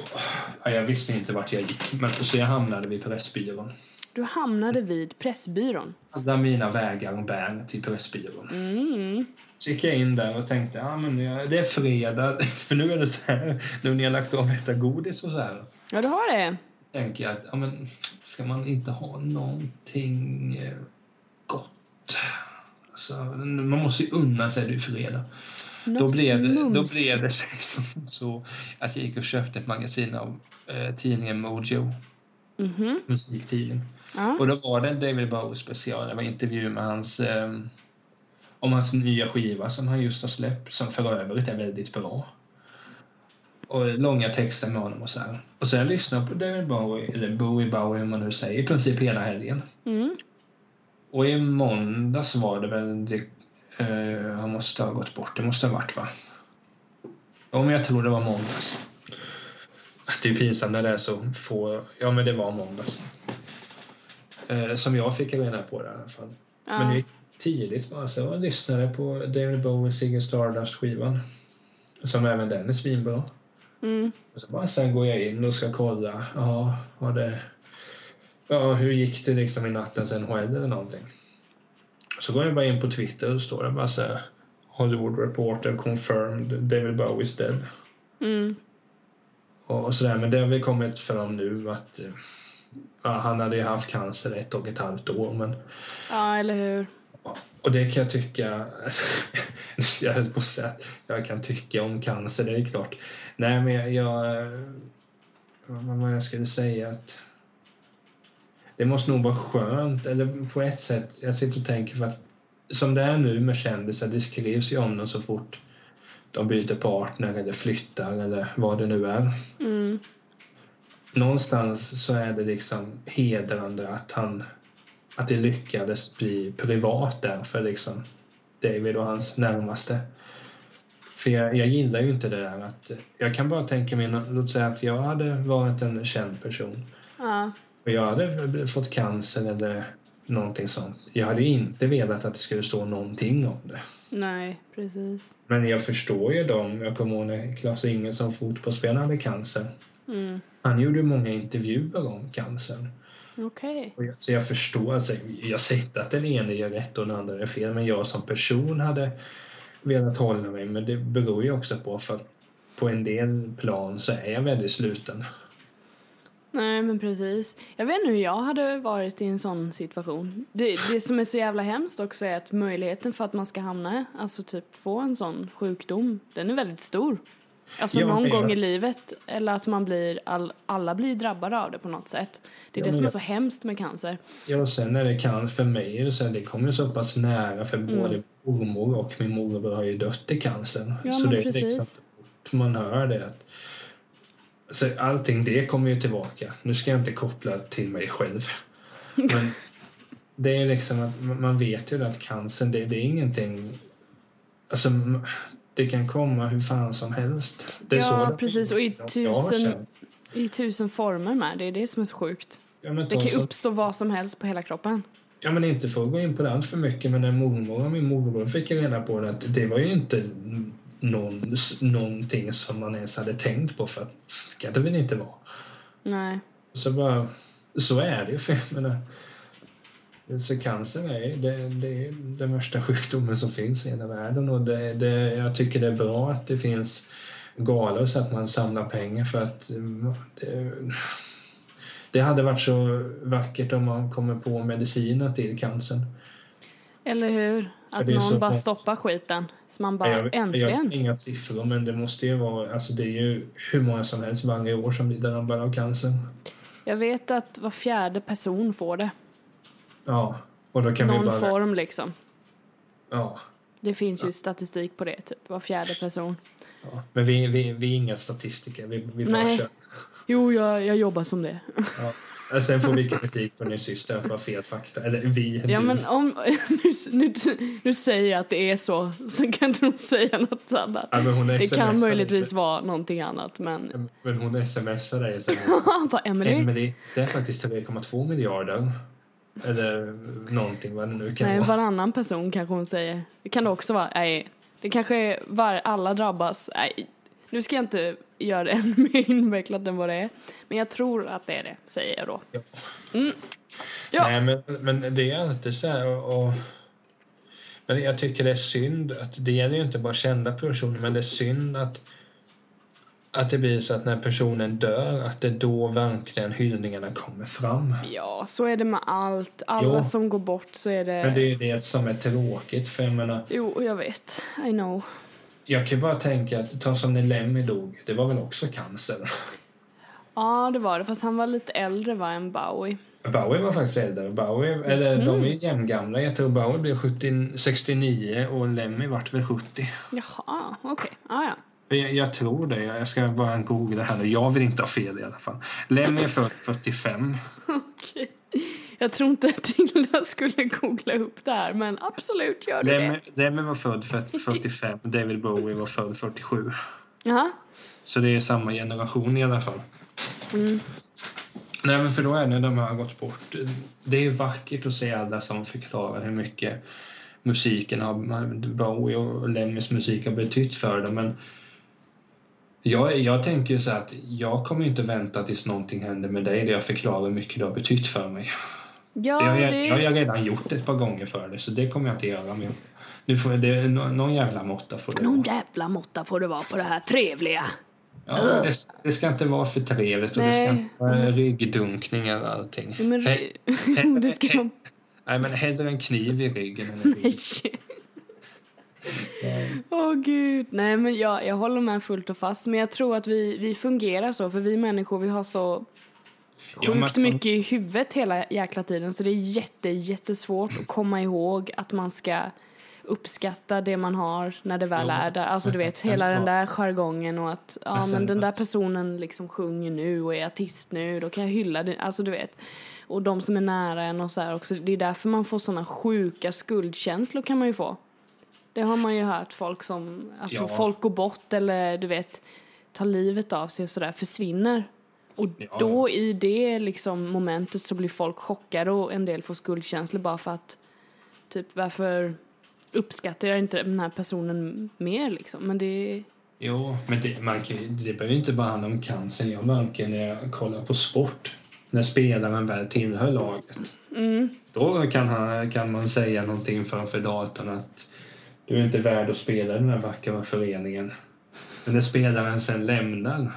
S2: ja, jag visste inte vart jag gick, men så jag hamnade vid Pressbyrån.
S3: Du hamnade vid Pressbyrån.
S2: Alla mina vägar bär till Pressbyrån.
S3: Mm.
S2: Så gick jag in där och tänkte ja, men jag- det är fredag, (laughs) för nu är det så här, nu när jag lagt av att äta godis och så här.
S3: Ja, du har det.
S2: tänker jag att ja, men, ska man inte ha någonting eh, gott? Alltså, man måste ju unna sig det är fredag. Då
S3: Något
S2: blev, det- då
S3: mums.
S2: blev det liksom (laughs) så att jag gick och köpte ett magasin av eh, tidningen Mojo,
S3: Mhm.
S2: musiktidning.
S3: Ja.
S2: Och då var det en David Bowie special, det var intervju med hans eh, om hans nya skiva som han just har släppt, som för övrigt är väldigt bra. Och långa texter med honom och så här. Och så har jag lyssnat på David Bowie, eller Bowie Bowie hur man nu säger, i princip hela helgen.
S3: Mm.
S2: Och i måndags var det väl... Det, eh, han måste ha gått bort. Det måste ha varit, va? Ja, men jag tror det var måndags. Det är pinsamt när det är så få... Ja, men det var måndags. Eh, som jag fick reda på det i alla fall. Men det
S3: Ja.
S2: gick tidigt. va? Så jag lyssnade på David Bowies Ziggy Stardust-skivan. Som även den är svinbra.
S3: Mm.
S2: Och så bara, sen går jag in och ska kolla. Ja, har det... Ja, hur gick det liksom i nattens NHL eller någonting? Så går jag bara in på Twitter och står det bara så här. Hollywood Reporter confirmed David Bowie is dead.
S3: Mm.
S2: Och, och sådär. Men det har väl kommit fram nu att eh, ja, han hade ju haft cancer ett och ett halvt år. Men,
S3: ja, eller hur.
S2: och det kan jag tycka... (laughs) jag höll på att säga att jag kan tycka om cancer, det är ju klart. Nej, men jag... jag vad var det jag skulle säga? att Det måste nog vara skönt, eller på ett sätt. Jag sitter och tänker för att som det är nu med kändisar, det skrivs ju om dem så fort de byter partner eller flyttar eller vad det nu är.
S3: Mm.
S2: Någonstans så är det liksom hedrande att han att det lyckades bli privat där för liksom David och hans närmaste. För jag, jag gillar ju inte det där att... Jag kan bara tänka mig, nå- låt säga att jag hade varit en känd person
S3: Ja.
S2: och jag hade b- fått cancer eller någonting sånt. Jag hade ju inte velat att det skulle stå någonting om det.
S3: Nej, precis.
S2: Men jag förstår ju dem. Jag kommer ihåg när Klas Inge som fotbollsspelare hade cancer.
S3: Mm.
S2: Han gjorde ju många intervjuer om cancern.
S3: Okej.
S2: Och jag- Så jag förstår, alltså, jag säger inte att den ene gör rätt och den andra gör fel, men jag som person hade velat hålla mig. Men det beror ju också på, för att på en del plan så är jag väldigt sluten.
S3: Nej, men precis. Jag vet inte hur jag hade varit i en sån situation. Det, det som är så jävla hemskt också är att möjligheten för att man ska hamna, alltså typ få en sån sjukdom, den är väldigt stor. Alltså
S2: Ja,
S3: någon
S2: men-
S3: gång i livet, eller att man blir, all, alla blir drabbade av det på något sätt. Det är
S2: Ja,
S3: det
S2: men
S3: som är
S2: jag-
S3: så hemskt med cancer.
S2: Ja, och sen när det kan för mig, är det så här, det kommer ju så pass nära för
S3: Mm.
S2: både mormor och min morbror har ju dött i cancern.
S3: Ja,
S2: så
S3: men
S2: det är
S3: precis.
S2: liksom, man hör det att så allting det kommer ju tillbaka. Nu ska jag inte koppla till mig
S3: (laughs)
S2: själv. Men det är liksom att man man vet ju att cancern, det, det är ingenting... Alltså, m- Det kan komma hur fan som helst. Det är så
S3: Ja,
S2: det-
S3: precis. Och i
S2: jag har
S3: tusen,
S2: känt.
S3: i tusen former med. Det är det som är så sjukt.
S2: Ja, men
S3: Det kan ju
S2: upp...
S3: uppstå vad som helst på hela kroppen.
S2: ja, men inte för att gå in på det allt för mycket, men när mormor och min morbror fick reda på det, att det var ju inte någon, någonting som man ens hade tänkt på, för att det kan det väl inte vara.
S3: Nej.
S2: Så bara, så är det ju. (laughs) för jag menar, Så cancer är, det, det är den värsta sjukdomen som finns i hela världen och det, det, jag tycker det är bra att det finns galor så att man samlar pengar för att mm, det, det hade varit så vackert om man kommer på mediciner till cancern.
S3: Eller hur? Att
S2: det är
S3: någon
S2: så-
S3: bara stoppar skiten. Så man bara,
S2: jag, jag
S3: äntligen.
S2: har inga siffror men det måste ju vara, alltså det är ju hur många som helst varje år som blir drabbade av cancer.
S3: Jag vet att var fjärde person får det.
S2: Ja, och då kan vi
S3: Någon
S2: bara...
S3: form liksom.
S2: Ja.
S3: Det finns ju statistik på det, typ. Var fjärde person.
S2: Ja, men vi, vi, vi är inga statistiker, vi, vi bara
S3: Nej.
S2: kör.
S3: Jo, jag, jag jobbar som det.
S2: Ja. Sen får vi kritik från din syster att det var fel fakta. Eller vi,
S3: Ja,
S2: du.
S3: men om... (laughs) Nu, nu, nu säger jag att det är så, så kan du nog säga något annat.
S2: Ja, men hon
S3: Det kan
S2: smsar
S3: möjligtvis
S2: inte.
S3: vara någonting annat, men...
S2: Men hon smsar dig
S3: (laughs)
S2: istället.
S3: Han bara, Emelie?
S2: Emelie, det är faktiskt 3,2 miljarder. Eller någonting vad det nu kan
S3: Nej,
S2: vara.
S3: varannan person kanske hon säger. Det kan det också vara. Nej, det kanske är var alla drabbas. Nej, nu ska jag inte göra det (laughs) ännu mer invecklat än vad det är. Men jag tror att det är det, säger jag då. Ja.
S2: Nej, men, men det är alltid så här. Och, och, men jag tycker det är synd att det gäller ju inte bara kända personer, men det är synd att att det blir så att när personen dör, att det är då verkligen hyllningarna kommer fram.
S3: Ja, så är det med allt. Alla
S2: Jo.
S3: som går bort så är det...
S2: Men det är ju det som är tråkigt. För jag, menar,
S3: Jo, jag vet. I know.
S2: jag kan ju bara tänka att ta som när Lemmy dog, det var väl också cancer.
S3: Ja, det var det. Fast han var lite äldre va, än Bowie.
S2: Bowie var faktiskt äldre. Bowie, eller de är ju jämngamla. Jag tror Bowie blev 70, 69 och Lemmy vart väl 70.
S3: Jaha, okej. Ah, ja.
S2: För Jag, jag tror det. Jag ska bara googla här nu. Jag vill inte ha fel i alla fall. Lemmy är född 45.
S3: Okej. Jag tror inte att Tilda skulle googla upp det här, men absolut gör du
S2: Lemmy,
S3: det.
S2: Lemmy var född för- 45. David Bowie var född 47.
S3: Jaha.
S2: Så det är samma generation i alla fall.
S3: Mm.
S2: Nej, men för då är det när de har gått bort. Det är vackert att se alla som förklarar hur mycket musiken har, Bowie och Lemmys musik har betytt för dem. Men jag, jag tänker ju så här att jag kommer inte vänta tills någonting händer med dig där jag förklarar hur mycket du har betytt för mig.
S3: Ja,
S2: Det har
S3: det,
S2: jag, det har
S3: är,
S2: jag redan gjort ett par gånger för dig, så det kommer jag inte göra mer. Nu får det, nå- någon jävla måtta får det vara.
S3: någon jävla måtta får det vara på det här trevliga.
S2: Ja, det, det ska inte vara för trevligt och det ska
S3: Nej,
S2: inte vara ryggdunkningar och allting.
S3: Jo, men
S2: Nej,
S3: jo, (laughs) det ska de...
S2: nej, men hellre en kniv i ryggen än en
S3: (laughs) Nej.
S2: rygg.
S3: Åh gud. Nej men jag, jag håller med fullt och fast. Men jag tror att vi, vi fungerar så för vi människor vi har så
S2: Ja, men-
S3: sjukt mycket i huvudet hela jäkla tiden så det är jätte, jättesvårt att komma ihåg att man ska uppskatta det man har när det väl
S2: Jo,
S3: är där. Alltså
S2: men
S3: du vet
S2: sen-
S3: hela den
S2: ja.
S3: där jargongen och att ja men,
S2: sen-
S3: den där personen liksom sjunger nu och är artist nu då kan jag hylla den. Alltså du vet. Och de som är nära en och så här också. Det är därför man får såna sjuka skuldkänslor kan man ju få. Det har man ju hört folk som, alltså
S2: Ja.
S3: folk går bort eller du vet tar livet av sig och sådär, försvinner. Och
S2: Ja,
S3: då i det liksom momentet så blir folk chockade och en del får skuldkänslor bara för att typ varför uppskattar jag inte den här personen mer liksom? Men det,
S2: Jo, men det, man kan, ju- det behöver inte bara handla om cancer. Jag märker när jag kollar på sport, när spelaren väl tillhör laget. Då kan, han, kan man säga någonting framför datorn att du är inte värd att spela i den här vackra föreningen. Men när spelaren sen lämnar,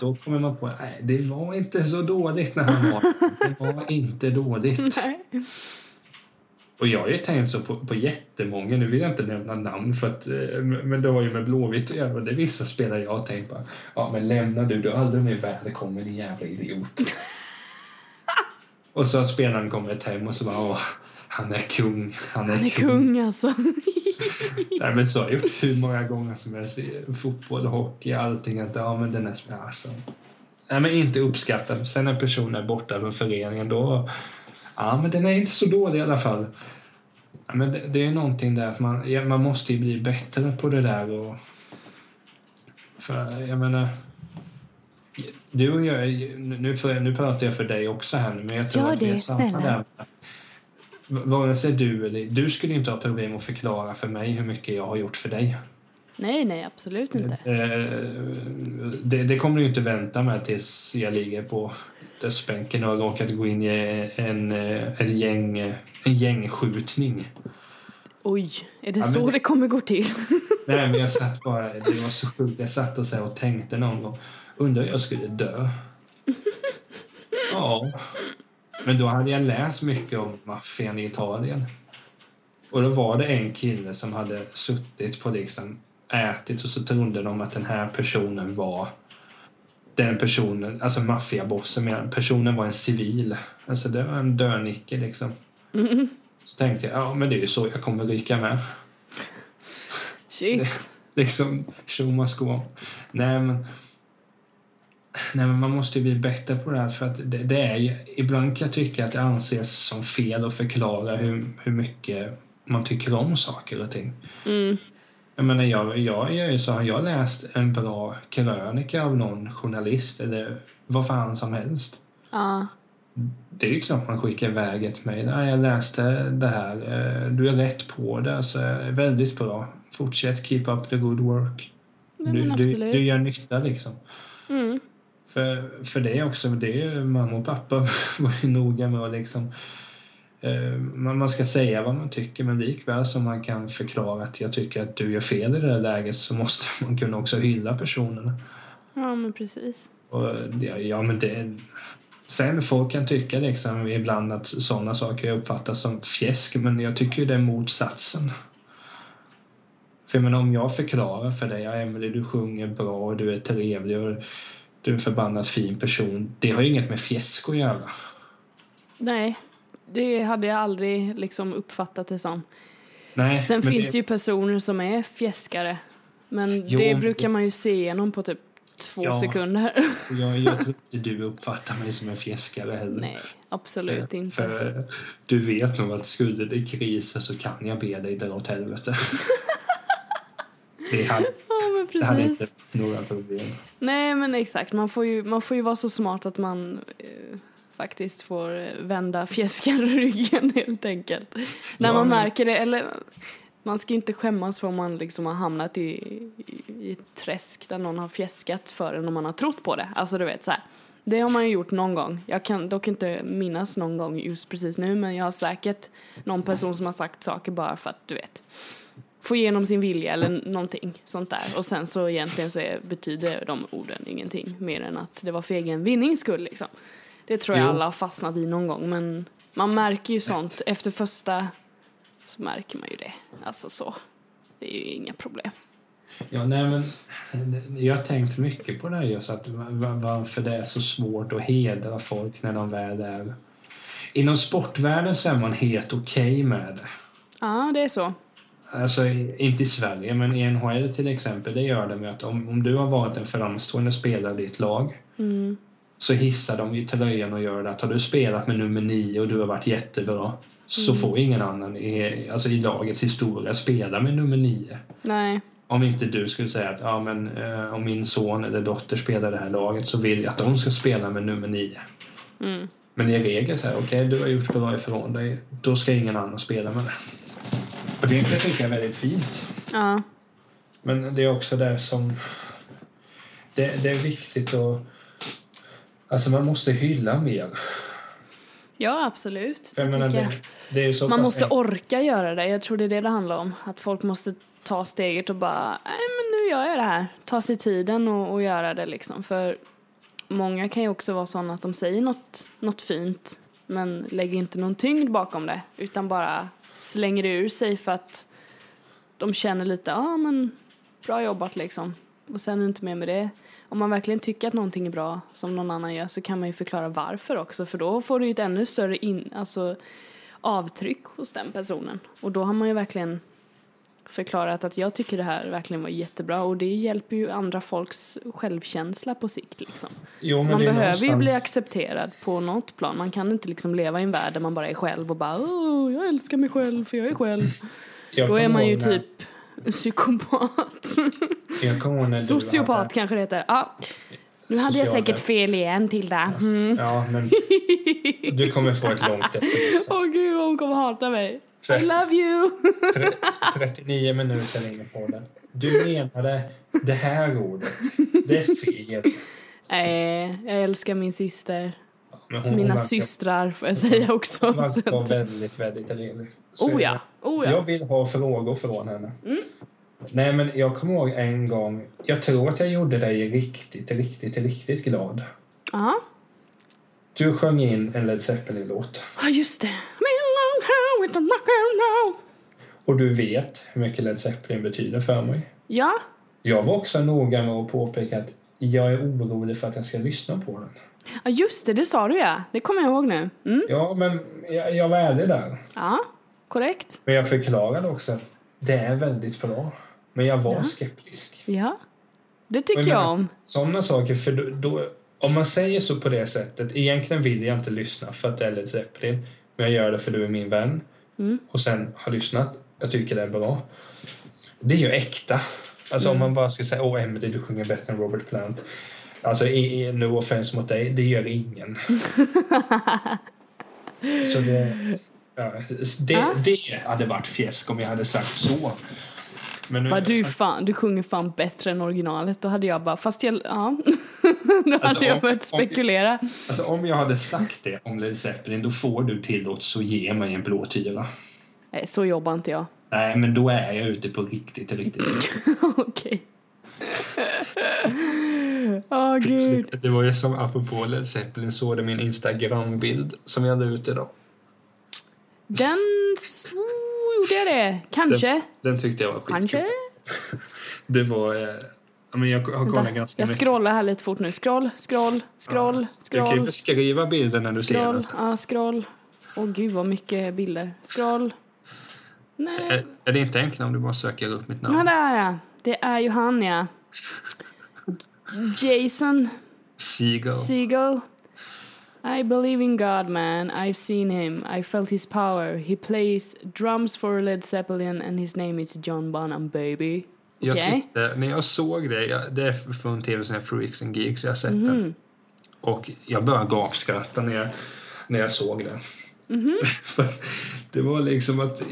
S2: då kommer man på att det var inte så dåligt när han var Det var inte dåligt.
S3: (laughs) nej.
S2: Och jag har ju tänkt så på, på jättemånga, nu vill jag inte nämna namn för att, eh, men det har ju med Blåvitt att göra och det är vissa spelare jag har tänkt bara, ja men lämna du, du är aldrig mer välkommen din jävla
S3: (laughs)
S2: idiot. och så har spelaren kommit hem och så bara, åh, han är kung, han är,
S3: Han är kung alltså.
S2: Nej men så har jag gjort hur många gånger som helst i fotboll, hockey, allting att, ja men den är spelaren, alltså. Nej men inte uppskattad, sen när personen är borta från föreningen då, ja men den är inte så dålig i alla fall. Ja, men det, det är någonting där att man, ja, man måste ju bli bättre på det där och... För jag menar... Du och jag, nu, för, nu pratar jag för dig också här nu, men jag tror
S3: Gör
S2: att vi är
S3: det,
S2: samma
S3: snälla.
S2: där. V- Vare sig du eller... Du skulle inte ha problem att förklara för mig hur mycket jag har gjort för dig.
S3: Nej, nej, absolut inte.
S2: Eh, det, det kommer du ju inte vänta med tills jag ligger på dödsbänken och har råkat gå in i en, eh, en, gäng, en gängskjutning.
S3: Oj, är det
S2: Ja, men
S3: så
S2: det-
S3: det kommer gå till? (laughs)
S2: Nej, men jag satt bara, det var så sjukt. Jag satt och, så här och tänkte någon gång, undrar hur jag skulle dö? Ja. Men då hade jag läst mycket om maffian i Italien. Och då var det en kille som hade suttit på liksom, ätit och så trodde de att den här personen var den personen, alltså maffiabossen, men personen var en civil. Alltså det var en dönicke liksom. Så tänkte jag, ja men det är ju så jag kommer rycka med
S3: Shit.
S2: liksom show must go on. Nej men, nej, men man måste ju bli bättre på det här för att det, det är ju, ibland kan jag tycka att det anses som fel att förklara hur, hur mycket man tycker om saker och ting.
S3: Mm.
S2: Jag menar, jag, jag gör ju så, har jag läst en bra krönika av någon journalist eller vad fan som helst
S3: Ja.
S2: det är ju klart man skickar iväg ett mejl. Ja, jag läste det här. Eh, Du är rätt på det. Så eh, väldigt bra. Fortsätt keep up the good work.
S3: Nej,
S2: du,
S3: men
S2: du,
S3: absolut.
S2: du gör nytta liksom.
S3: Mm.
S2: För, för det är också, det är ju mamma och pappa (laughs) var ju noga med att liksom eh, man, man ska säga vad man tycker men likväl som man kan förklara att jag tycker att du gör fel i det här läget så måste (laughs) man kunna också hylla personerna.
S3: Ja, men precis.
S2: Och det, ja, men det, sen folk kan tycka liksom ibland att sådana saker uppfattas som fjäsk, men jag tycker ju det är motsatsen. För jag menar, om jag förklarar för dig, ja Emelie du sjunger bra och du är trevlig och du är en förbannat fin person. Det har ju inget med fjäsk att göra.
S3: Nej, det hade jag aldrig liksom uppfattat det som.
S2: Nej,
S3: Sen
S2: men
S3: finns
S2: det,
S3: det ju personer som är fjäskare. Men
S2: Jo,
S3: det
S2: men-
S3: brukar man ju se igenom på typ två
S2: Ja.
S3: sekunder.
S2: jag, jag tror inte du uppfattar mig som en fjäskare heller.
S3: Nej, absolut
S2: för,
S3: inte.
S2: För du vet nog att skulle det krisa så kan jag be dig dra åt
S3: (laughs)
S2: helvete. det hade
S3: Ja, men
S2: Det hade
S3: precis.
S2: inte några problem.
S3: Nej, men exakt. Man får, ju, man får ju vara så smart att man eh, faktiskt får eh, vända fjäskar ryggen (laughs) helt enkelt. När
S2: Ja,
S3: man
S2: men-
S3: märker det. Eller man ska ju inte skämmas för om man liksom har hamnat i, i, i ett träsk där någon har fjäskat för en och man har trott på det. Alltså du vet så här. Det har man ju gjort någon gång. Jag kan dock inte minnas någon gång just precis nu men jag har säkert någon person som har sagt saker bara för att du vet få igenom sin vilja eller någonting sånt där. Och sen så egentligen så är, betyder de orden ingenting mer än att det var för egen vinnings skull liksom. Det tror jag
S2: Jo.
S3: alla har fastnat i någon gång men man märker ju sånt efter första så märker man ju det. Alltså så. Det är ju inga problem.
S2: Ja, nej, men, eh, jag har tänkt mycket på det här just att va- varför det är så svårt att hedra folk när de väl är... Inom sportvärlden så är man helt okej med det.
S3: Ja, det är så.
S2: Alltså, i- inte i Sverige, men i NHL till exempel, det gör det med att om, om du har varit en framstående spelare i ditt lag
S3: Mm.
S2: så hissar de ju tröjan och gör det att har du spelat med nummer nio och du har varit jättebra så får ingen annan i, alltså i lagets historia spela med nummer nio.
S3: Nej.
S2: Om inte du skulle säga att ja, men, eh, om min son eller dotter spelar det här laget så vill jag att de ska spela med nummer nio.
S3: Mm.
S2: Men i regel så här, okej du har gjort bra ifrån dig, då ska ingen annan spela med det. Och det kan jag tycka är väldigt fint.
S3: Ja.
S2: Men det är också det som... Det, det är viktigt att... Alltså man måste hylla mer.
S3: Ja, absolut.
S2: För jag menar,
S3: tycker
S2: det, det är ju så
S3: Man
S2: pass
S3: måste
S2: enkelt.
S3: orka göra det. Jag tror det är det det handlar om. Att folk måste ta steget och bara, nej men nu gör jag det här. Ta sig tiden och, och göra det liksom. För många kan ju också vara sådana att de säger något, något fint men lägger inte någon tyngd bakom det. Utan bara slänger det ur sig för att de känner lite, ja ah, men bra jobbat liksom. Och sen är det inte mer med det. Om man verkligen tycker att någonting är bra som någon annan gör så kan man ju förklara varför också för då får du ju ett ännu större in, alltså, avtryck hos den personen. Och då har man ju verkligen förklarat att jag tycker det här verkligen var jättebra och det hjälper ju andra folks självkänsla på sikt liksom.
S2: Jo, men
S3: Man
S2: det är
S3: behöver ju
S2: någonstans-
S3: bli accepterad på något plan. Man kan inte liksom leva i en värld där man bara är själv och bara Åh, jag älskar mig själv för jag är själv.
S2: jag
S3: Då är
S2: kommer
S3: man ju
S2: ihåg när-
S3: typ
S2: (laughs)
S3: psykopat.
S2: Jag kommer ihåg när du
S3: Sociopat
S2: hade-
S3: kanske det heter. Ja. Nu hade jag
S2: Sociala-
S3: säkert fel igen Tilda. Mm.
S2: Ja, men du kommer få ett långt sms.
S3: (laughs) Åh gud, hon kommer hata mig.
S2: Så-
S3: I love you!
S2: Tre- 39 minuter in på den. Du menade det här ordet. Det är fel.
S3: Nej, jag älskar min syster.
S2: Men hon,
S3: Mina
S2: hon
S3: systrar får jag säga också.
S2: Mm, Hon verkar vara
S3: Så att-
S2: väldigt, väldigt trevlig. Så
S3: Oh ja,
S2: jag-
S3: oh ja. Mm.
S2: Jag vill ha frågor från henne. Nej, men jag kommer ihåg en gång. Jag tror att jag gjorde dig riktigt, riktigt, riktigt glad.
S3: Ja,
S2: Du sjöng in en Led Zeppelin-låt.
S3: ah, just det. Been a long time with the rock and roll.
S2: Och du vet hur mycket Led Zeppelin betyder för mig.
S3: Ja,
S2: Jag var också noga med att påpeka att jag är orolig för att jag ska lyssna på den.
S3: ah, just det, det sa du ja. Det kommer jag ihåg nu. Mm.
S2: Ja, men jag, jag var ärlig där.
S3: Ja, korrekt.
S2: Men jag förklarade också att det är väldigt bra. Men jag var
S3: Ja.
S2: skeptisk.
S3: Ja, det tycker
S2: Men-
S3: jag om.
S2: Sådana saker, för då, då, om man säger så på det sättet, egentligen vill jag inte lyssna för att det är Led Zeppelin, men jag gör det för du är min vän.
S3: Mm.
S2: Och sen har lyssnat, jag tycker det är bra. Det är ju äkta. Alltså
S3: Mm.
S2: om man bara ska säga åh Emily du sjunger bättre än Robert Plant. Alltså i, i, no offense mot dig, det gör ingen.
S3: (laughs)
S2: så det... Ja, det,
S3: Ah.
S2: det hade varit fjäsk om jag hade sagt så. Men nu,
S3: Bara, du, fan, du sjunger fan bättre än originalet. Då hade jag bara, fast jag, ja. (laughs) Då hade
S2: Alltså,
S3: jag
S2: om-
S3: börjat
S2: om-
S3: spekulera.
S2: Alltså om jag hade sagt det om Led Zeppelin då får du tillåtelse att ge mig en blå tyra.
S3: Nej, så jobbar inte jag. (laughs)
S2: Nej, men då är jag ute på riktigt, riktigt. (laughs)
S3: Okej. Åh gud.
S2: Det var ju som apropå Led Zeppelin såg du min Instagram-bild som jag la ut idag.
S3: Den... s- Oh, gjorde jag det? Kanske.
S2: Den tyckte jag var skitkul.
S3: Kanske.
S2: Det var... Eh, ja, men jag har kollat
S3: Vänta,
S2: ganska
S3: jag scrollar här lite fort nu. Scroll, scroll, scroll,
S2: Du kan ju
S3: scroll.
S2: beskriva bilden när du ser
S3: Scroll,
S2: den. sen.
S3: ja scroll. Åh gud vad mycket bilder. Scroll. Nej.
S2: Är, är det inte enklare om du bara söker upp mitt
S3: Ja,
S2: namn?
S3: där ja. Det är ju han ja. Jason
S2: Seagull.
S3: Seagull. I believe in God, man. I've seen him. I felt his power. He plays drums for Led Zeppelin and his name is John Bonham, baby.
S2: Jag
S3: Okej.
S2: tyckte, när jag såg det, jag, det är från tv-serien Freaks and Geeks, jag har sett den. Och jag började gapskratta när jag, när jag såg den. (laughs) För det var liksom att,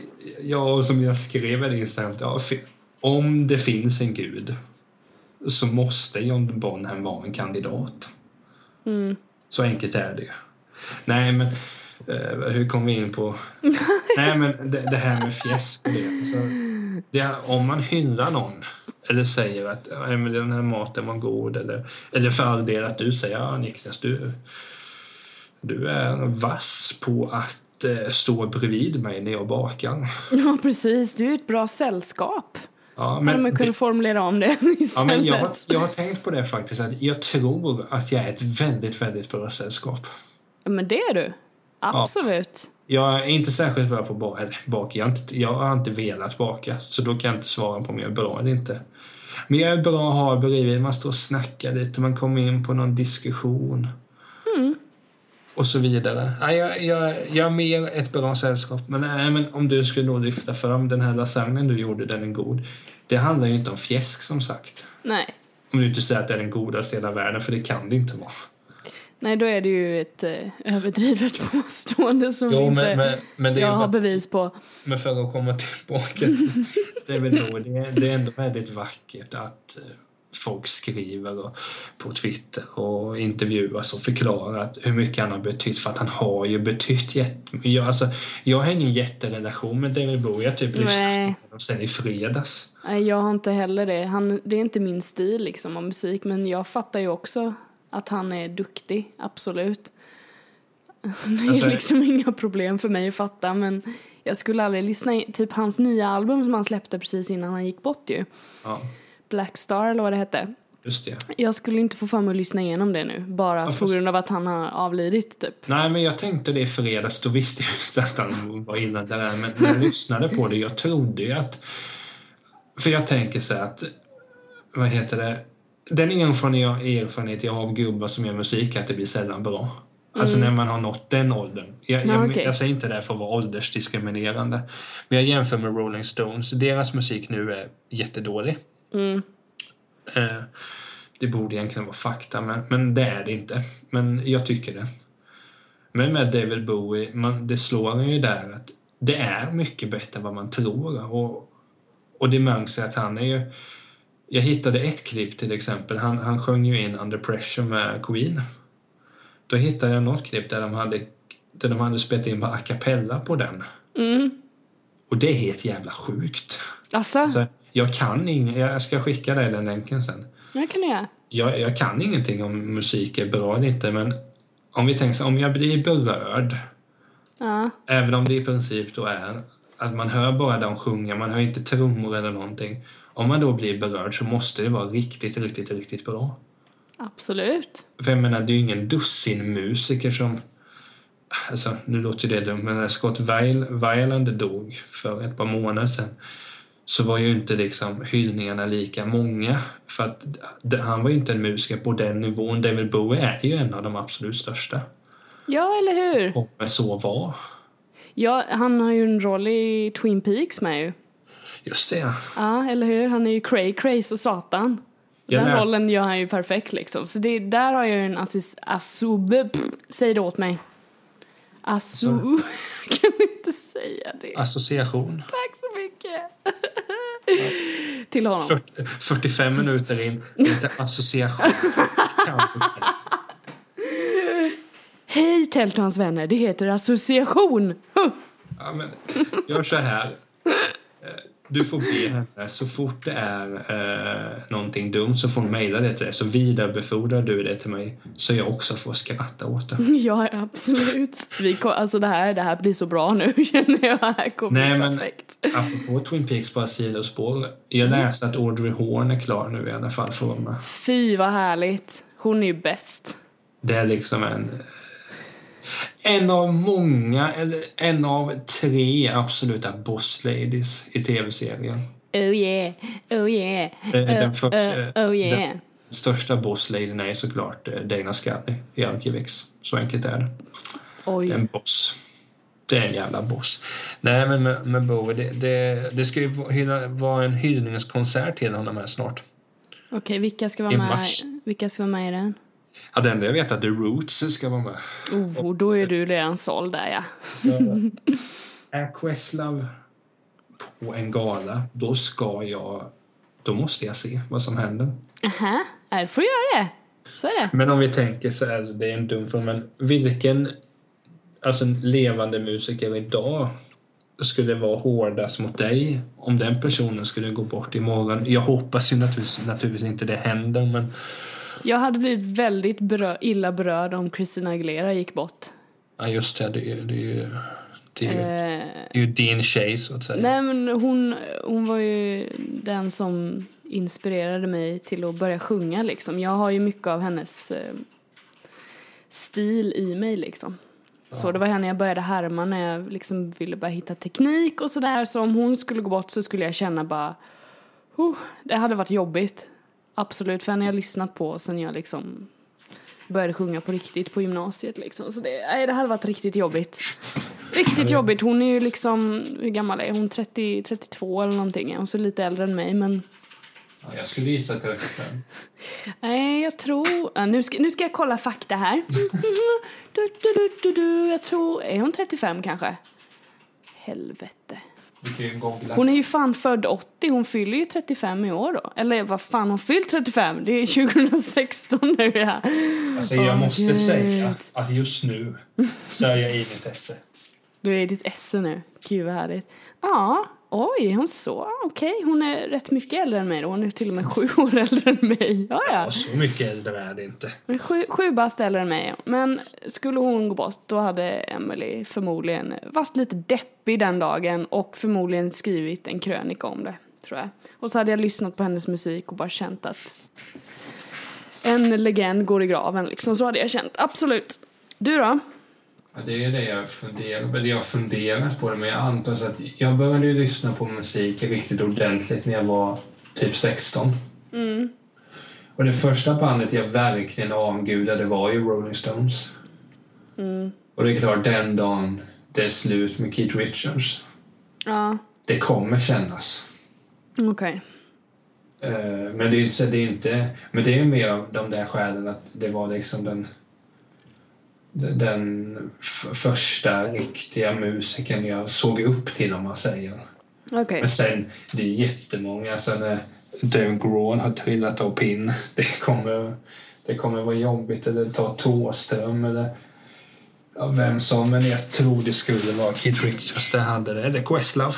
S2: ja, och som jag skrev i det Instagram, ja, fi- om det finns en gud så måste John Bonham vara en kandidat. Så enkelt är det ju. Nej, men eh, hur kom vi in på... Nej, men det, det här med fjäsk och det. Så det är, om man hyllar någon eller säger att "Ja, men den här maten var god eller, eller för all del att du säger ja, Niklas, du, du är vass på att eh, stå bredvid mig när jag bakar.
S3: Ja, precis. Du är ett bra sällskap.
S2: Ja,
S3: Men, man
S2: det-
S3: kunde formulera om det (laughs) istället.
S2: ja, men jag, har- jag har tänkt på det faktiskt, att jag tror att jag är ett väldigt, väldigt bra sällskap.
S3: men det är du. Absolut.
S2: Jag är inte särskilt bra på ba- eller bak. Jag har, inte, jag har inte velat baka, så då kan jag inte svara på om jag är bra eller inte. Men jag är bra att ha bredvid. Man står och snackar lite, man kommer in på någon diskussion.
S3: Mm.
S2: Och så vidare. Nej, jag, jag, jag är mer ett bra sällskap. Men, nej, men om du skulle då lyfta fram den här lasagnen du gjorde, den är god. Det handlar ju inte om fjäsk som sagt.
S3: Nej.
S2: Om du inte säger att det är den godaste i hela världen, för det kan det inte vara.
S3: Nej, då är det ju ett eh, överdrivet (laughs) påstående som inte
S2: men
S3: jag har bevis på.
S2: Men för att komma (laughs) tillbaka till det, är väl då, det, är, det är ändå väldigt vackert att eh, folk skriver och, på Twitter och intervjuas och förklarar att hur mycket han har betytt för att han har ju betytt jättemycket. Jag, alltså, jag har ingen jätterelation med David Bowie. Jag typ lyssnade
S3: Nej.
S2: på honom sen i fredags.
S3: Nej, jag har inte heller det. Han, det är inte min stil liksom av musik, men jag fattar ju också att han är duktig, absolut. (laughs) Det är
S2: Alltså-
S3: liksom inga problem för mig att fatta, men jag skulle aldrig lyssna i, typ hans nya album som han släppte precis innan han gick bort ju,
S2: Ja,
S3: Black Star eller vad det hette.
S2: just det.
S3: Jag skulle inte få för mig att lyssna igenom det nu, bara
S2: Ja,
S3: på
S2: fast-
S3: grund av att han har avlidit typ.
S2: Nej, men jag tänkte det i fredags. Då visste jag inte att han var inne där. Men när jag lyssnade på det, jag trodde ju att För jag tänker så här att, vad heter det, den erfarenhet jag, erfarenhet jag har av gubbar som gör musik är att det blir sällan bra. Alltså när man har nått den åldern. Jag,
S3: Mm. Ja,
S2: jag,
S3: okej.
S2: jag säger inte det här för att vara åldersdiskriminerande. Men jag jämför med Rolling Stones. Deras musik nu är jättedålig.
S3: Mm.
S2: Eh, det borde egentligen vara fakta, men, men det är det inte. Men jag tycker det. Men med David Bowie, man, det slår en ju där att det är mycket bättre än vad man tror. Och, och det märks ju att han är ju... Jag hittade ett klipp till exempel. Han, han sjöng ju in Under Pressure med Queen. Då hittade jag något klipp där de hade, där de hade spelat in bara a cappella på den.
S3: Mm.
S2: Och det är helt jävla sjukt.
S3: Alltså,
S2: Så jag kan ing- Jag ska skicka dig den länken sen
S3: det kan du göra.
S2: jag, jag kan ingenting om musik är bra eller inte, men om vi tänker så, om jag blir berörd,
S3: Ja.
S2: även om det i princip då är att man hör bara dem sjunga, man hör inte trummor eller någonting. Om man då blir berörd så måste det vara riktigt, riktigt, riktigt bra.
S3: Absolut.
S2: För jag menar, det är ju ingen dussin musiker som... Alltså, nu låter ju det dumt, men när Scott Weil- Weiland dog för ett par månader sedan så var ju inte liksom hyllningarna lika många. För att d- han var ju inte en musiker på den nivån. David Bowie är ju en av de absolut största.
S3: Ja, eller hur?
S2: Kommer så var.
S3: Ja, han har ju en roll i Twin Peaks med ju.
S2: Just det, ja.
S3: Ja, eller hur? Han är ju cray cray så satan.
S2: Jag
S3: Den
S2: läste-
S3: rollen gör han ju perfekt liksom. Så det, där har jag ju en assis... Asube... Pff, säg det åt mig. Asu... (laughs) kan inte säga det.
S2: Ah. Association.
S3: Tack så mycket. (laughs) Till honom.
S2: 40, 45 minuter in, lite association. Kanske.
S3: Hej Tält och hans vänner, det heter association. Huh.
S2: Ja, men gör så här. Eh, Du får be henne så fort det är eh, någonting dumt så får hon mejla det till dig. Så vidarebefordrar du det till mig så jag också får skratta åt det.
S3: Ja, absolut. Vi kom, alltså det här, det här blir så bra nu (laughs) känner jag. Det här kommer
S2: Nej,
S3: bli
S2: men-
S3: perfekt.
S2: Apropå Twin Peaks bara sidospår. Jag läste att Audrey Horn är klar nu i alla fall för att vara med.
S3: Fy vad härligt. Hon är ju bäst.
S2: Det är liksom en... eh, En av många, eller en av tre absoluta boss ladies i tv-serien.
S3: Oh yeah, oh yeah,
S2: Eh, den
S3: oh,
S2: första-
S3: oh, oh yeah.
S2: den- Största bossladyn är såklart eh, Dana Scully i Alkivex. Så enkelt är det. Det är
S3: Oj.
S2: en boss. Det är en jävla boss. Nej, men med, med Bowie, det, det, det ska ju hylla, vara en hyllningskonsert till honom här snart.
S3: Okej, vilka ska
S2: I
S3: vara med?
S2: mars.
S3: Vilka ska vara med i den?
S2: Ja, det enda jag vet är att The Roots ska vara med.
S3: Oh, då är du redan såld där ja.
S2: Så är Questlove på en gala, då ska jag... Då måste jag se vad som händer.
S3: Aha, ja, du får göra det. Så är det.
S2: Men om vi tänker så här, alltså, det är en dum fråga, men vilken alltså en levande musiker idag skulle vara hårdast mot dig om den personen skulle gå bort imorgon? Jag hoppas ju naturligtvis, naturligtvis inte det händer, men
S3: Jag hade blivit väldigt berö- illa berörd om Christina Aguilera gick bort.
S2: ja, just det, det är ju... Det är ju, det är ju,
S3: Eh,
S2: det är ju din tjej, så att säga.
S3: Nej men hon, hon var ju den som inspirerade mig till att börja sjunga liksom. Jag har ju mycket av hennes eh, stil i mig liksom. Så det var henne jag började härma när jag liksom ville bara hitta teknik och sådär. Så om hon skulle gå bort så skulle jag känna bara, oh, det hade varit jobbigt. Absolut, för henne har jag lyssnat på sen jag liksom började sjunga på riktigt på gymnasiet liksom. Så det, nej, det hade varit riktigt jobbigt. Riktigt jobbigt. Hon är ju liksom, hur gammal är hon? 30, 32 eller någonting. Hon är så lite äldre än mig men
S2: Ja, jag skulle gissa att typ jag är 25.
S3: nej jag tror, ja, nu, ska, nu ska jag kolla fakta här. Du, du, du, du, du. Jag tror, är hon 35 kanske? Helvete.
S2: Du kan ju googla.
S3: Hon är ju fan född 80, hon fyller ju 35 i år då. Eller vad fan, hon fyllt 35, det (laughs) är 2016 nu ja.
S2: Alltså, jag
S3: Åh,
S2: måste
S3: Gud.
S2: säga att, att just nu så är jag i mitt esse.
S3: Du är i ditt esse nu. Gud vad härligt. Ja, oj, är hon så? Okej, hon är rätt mycket äldre än mig då. Hon är till och med sju år äldre än mig. Ja, ja.
S2: Ja, så mycket äldre är det inte.
S3: Hon är sju, sju bast äldre än mig. Men skulle hon gå bort då hade Emily förmodligen varit lite deppig den dagen och förmodligen skrivit en krönika om det, tror jag. Och så hade jag lyssnat på hennes musik och bara känt att en legend går i graven liksom. Så hade jag känt, absolut. Du då?
S2: Ja, Det är det jag funderar på. Eller jag har funderat på det, men jag antar så att jag började ju lyssna på musik riktigt ordentligt när jag var typ 16.
S3: Mm.
S2: Och det första bandet jag verkligen avgudade var ju Rolling Stones.
S3: Mm.
S2: Och det är klart, den dagen det är slut med Keith Richards,
S3: Ja,
S2: det kommer kännas.
S3: okej.
S2: Eh, Men det är, ju inte- det är inte... Men det är ju mer av de där skälen att det var liksom den... Den f- första riktiga musikern jag såg upp till, om man säger.
S3: Okej.
S2: Men sen, det är jättemånga. Alltså när Dave Grohl har trillat av pinn, det kommer, det kommer vara jobbigt. Eller ta Thåström eller ja, vem som. Men jag tror det skulle vara Keith Richards det hade det. Eller Questlove.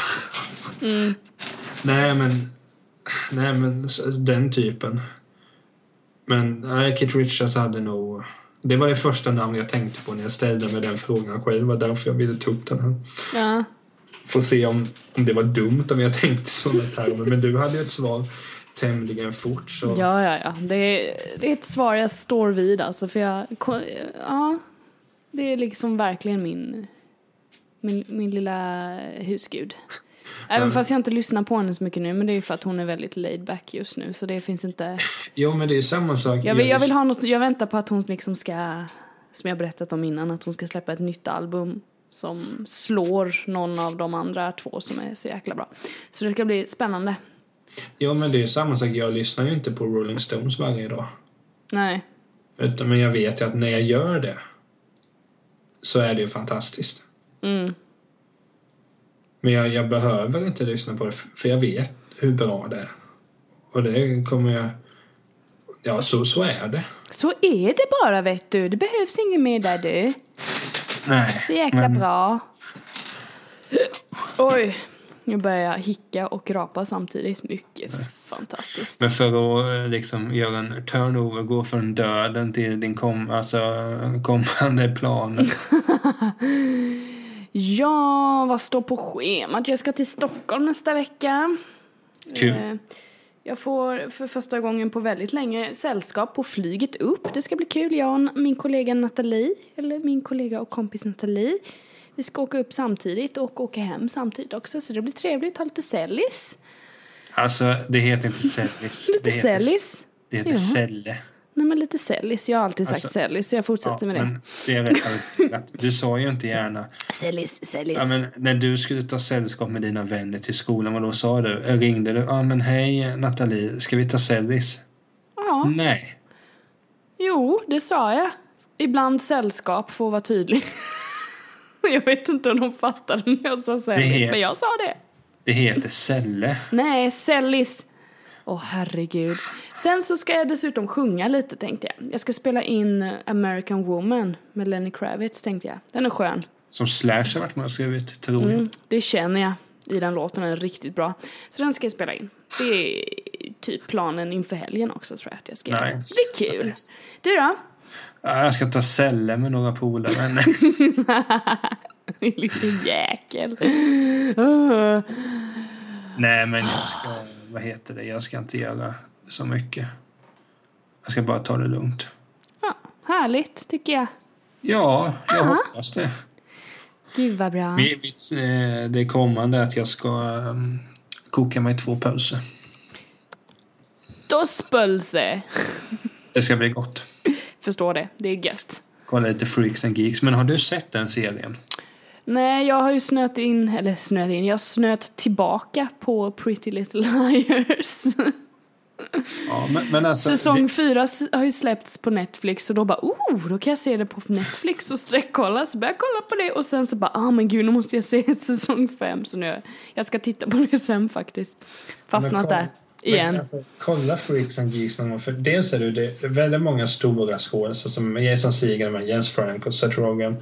S3: Mm.
S2: Nej, men... Nej, men s- den typen. Men nej, Keith Richards hade nog... Det var det första namn jag tänkte på när jag ställde mig den frågan själv. Det var därför jag ville ta upp den här.
S3: Ja.
S2: Får se om, om det var dumt om jag (laughs) tänkte sådana termer. Men du hade ju ett svar tämligen fort. Så.
S3: Ja, ja, ja. Det är, det är ett svar jag står vid alltså för jag, ko- ja. Det är liksom verkligen min, min, min lilla husgud. Även
S2: Men-
S3: fast jag inte lyssnar på henne så mycket nu men det är ju för att hon är väldigt laid back just nu så det finns inte.
S2: Jo, men det är ju samma sak.
S3: Jag vill, jag vill ha något, jag väntar på att hon liksom ska, som jag berättat om innan, att hon ska släppa ett nytt album som slår någon av de andra två som är så jäkla bra. Så det ska bli spännande.
S2: Jo, men det är ju samma sak. Jag lyssnar ju inte på Rolling Stones varje dag.
S3: Nej.
S2: Utan, men jag vet ju att när jag gör det så är det ju fantastiskt.
S3: Mm.
S2: Men jag, jag behöver inte lyssna på det f- för jag vet hur bra det är. Och det kommer jag... Ja, så, så är det.
S3: Så är det bara vet du. Det behövs inget mer där du.
S2: Nej.
S3: Så jäkla bra. Oj. Nu börjar jag hicka och rapa samtidigt. Mycket fantastiskt.
S2: Men för att eh, liksom göra en turnover, gå från döden till din kom, alltså, kommande
S3: Mm.
S2: plan.
S3: Ja, vad står på schemat? Jag ska till Stockholm nästa vecka.
S2: Kul.
S3: Eh, Jag får för första gången på väldigt länge sällskap på flyget upp. Det ska bli kul. Jag och n- min kollega Nathalie, eller min kollega och kompis Nathalie, vi ska åka upp samtidigt och åka hem samtidigt också. Så det blir trevligt. Ha lite sällis.
S2: Alltså, det heter inte sällis.
S3: (laughs) Lite
S2: det heter,
S3: sällis.
S2: Det heter
S3: Ja.
S2: sälle.
S3: Nej, men lite sällis. Jag har alltid sagt
S2: Alltså,
S3: sällis, så jag fortsätter med det.
S2: men det är rätt artikulat. Du sa ju inte gärna.
S3: Sällis, sällis.
S2: Ja, men när du skulle ta sällskap med dina vänner till skolan, vad då sa du? Eh, Ringde du? Ja, men hej Nathalie, ska vi ta sällis?
S3: ja,
S2: Nej.
S3: jo, det sa jag. Ibland sällskap, får vara tydlig. (laughs) jag vet inte om de fattade när jag sa
S2: Det
S3: sällis,
S2: är-
S3: men jag sa det.
S2: Det heter sälle.
S3: Nej, sällis. Åh, herregud. Sen så ska jag dessutom sjunga lite, tänkte jag. Jag ska spela in eh, American Woman med Lenny Kravitz, tänkte jag. Den är skön.
S2: Som Slash har varit med och skrivit, tror jag.
S3: Mm, det känner jag i den låten, den är riktigt bra. Så den ska jag spela in. Det är typ planen inför helgen också tror jag att jag ska göra.
S2: Nice.
S3: Det blir kul. Du då? (laughs)
S2: Ja, Jag ska ta sälle med några polare. men- (laughs)
S3: Din lille jäkel. Åh.
S2: Nej, men jag ska... Vad heter det? Jag ska inte göra så mycket. Jag ska bara ta det lugnt.
S3: Ja, härligt tycker jag.
S2: Ja, jag hoppas det.
S3: Gud vad bra.
S2: Mitt, mitt, eh, det kommande är att jag ska um, koka mig två pölser.
S3: Dosspölse.
S2: Det ska bli gott.
S3: Förstår det, det är gött.
S2: Kolla lite Freaks and Geeks. Men har du sett den serien?
S3: Nej, jag har ju snöt in, eller snöt in, jag snöt tillbaka på Pretty Little Liars. (laughs)
S2: Ja, men, men alltså...
S3: Säsong fyra s- har ju släppts på Netflix och då bara oh, då kan jag se det på Netflix och sträckkolla. Så började jag kolla på det och sen så bara ah men gud nu måste jag se (laughs) säsong fem så nu jag ska titta på det sen faktiskt. Fastnat
S2: Men kom-
S3: där
S2: det, men
S3: igen.
S2: Alltså, kolla Freaks and Geeks. någon gång, För dels är det, ju- det är väldigt många stora skådespelare som Jason Segel, Jens Frank och Seth Rogen.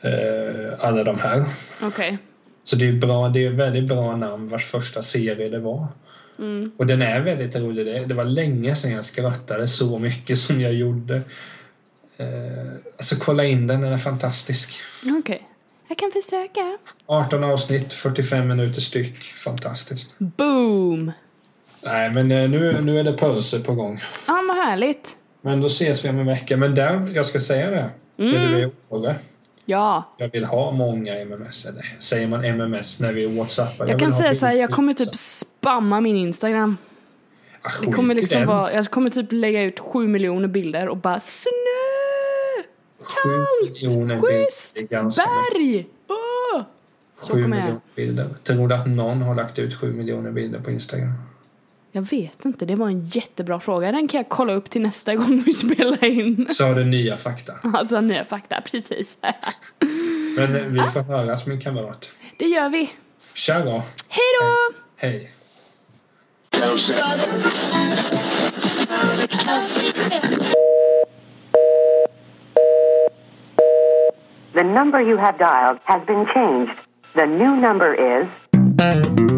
S2: eh, alla de här.
S3: Okej.
S2: Så det är bra, det är väldigt bra namn vars första serie det var.
S3: Mm.
S2: Och den är väldigt rolig. Det, det var länge sedan jag skrattade så mycket som jag gjorde. Eh, alltså kolla in den, den är fantastisk.
S3: Okej. Jag kan försöka.
S2: 18 avsnitt, 45 minuter styck. Fantastiskt.
S3: Boom!
S2: Nej, men eh, nu, nu är det pauser på gång.
S3: Ja ah, vad härligt. Mm.
S2: Men då ses vi om en vecka. Men där, jag ska säga det. När du är i Åre.
S3: Ja,
S2: Jag vill ha många MMS. Eller säger man MMS när vi whatsappar?
S3: jag
S2: vill
S3: kan
S2: ha
S3: säga så här, jag
S2: bilder.
S3: kommer typ spamma min Instagram.
S2: Ah,
S3: Det
S2: skit
S3: kommer
S2: i
S3: liksom
S2: den.
S3: vara, jag kommer typ lägga ut sju miljoner bilder och bara snö,
S2: Sju miljoner bilder. Det är
S3: schysst,
S2: ganska mycket.
S3: berg. Åh! Så
S2: Sju
S3: kommer jag-
S2: miljoner bilder. Tror du att någon har lagt ut sju miljoner bilder på Instagram?
S3: Jag vet inte, det var en jättebra fråga. Den kan jag kolla upp till nästa gång vi spelar in. (laughs)
S2: Sa du nya fakta?
S3: Alltså nya fakta, precis. (laughs)
S2: Men eh, vi får höras min kamrat.
S3: Det gör vi.
S2: Tja då.
S3: Hej då!
S2: Hej.
S1: The number you have dialed has been changed. The new number is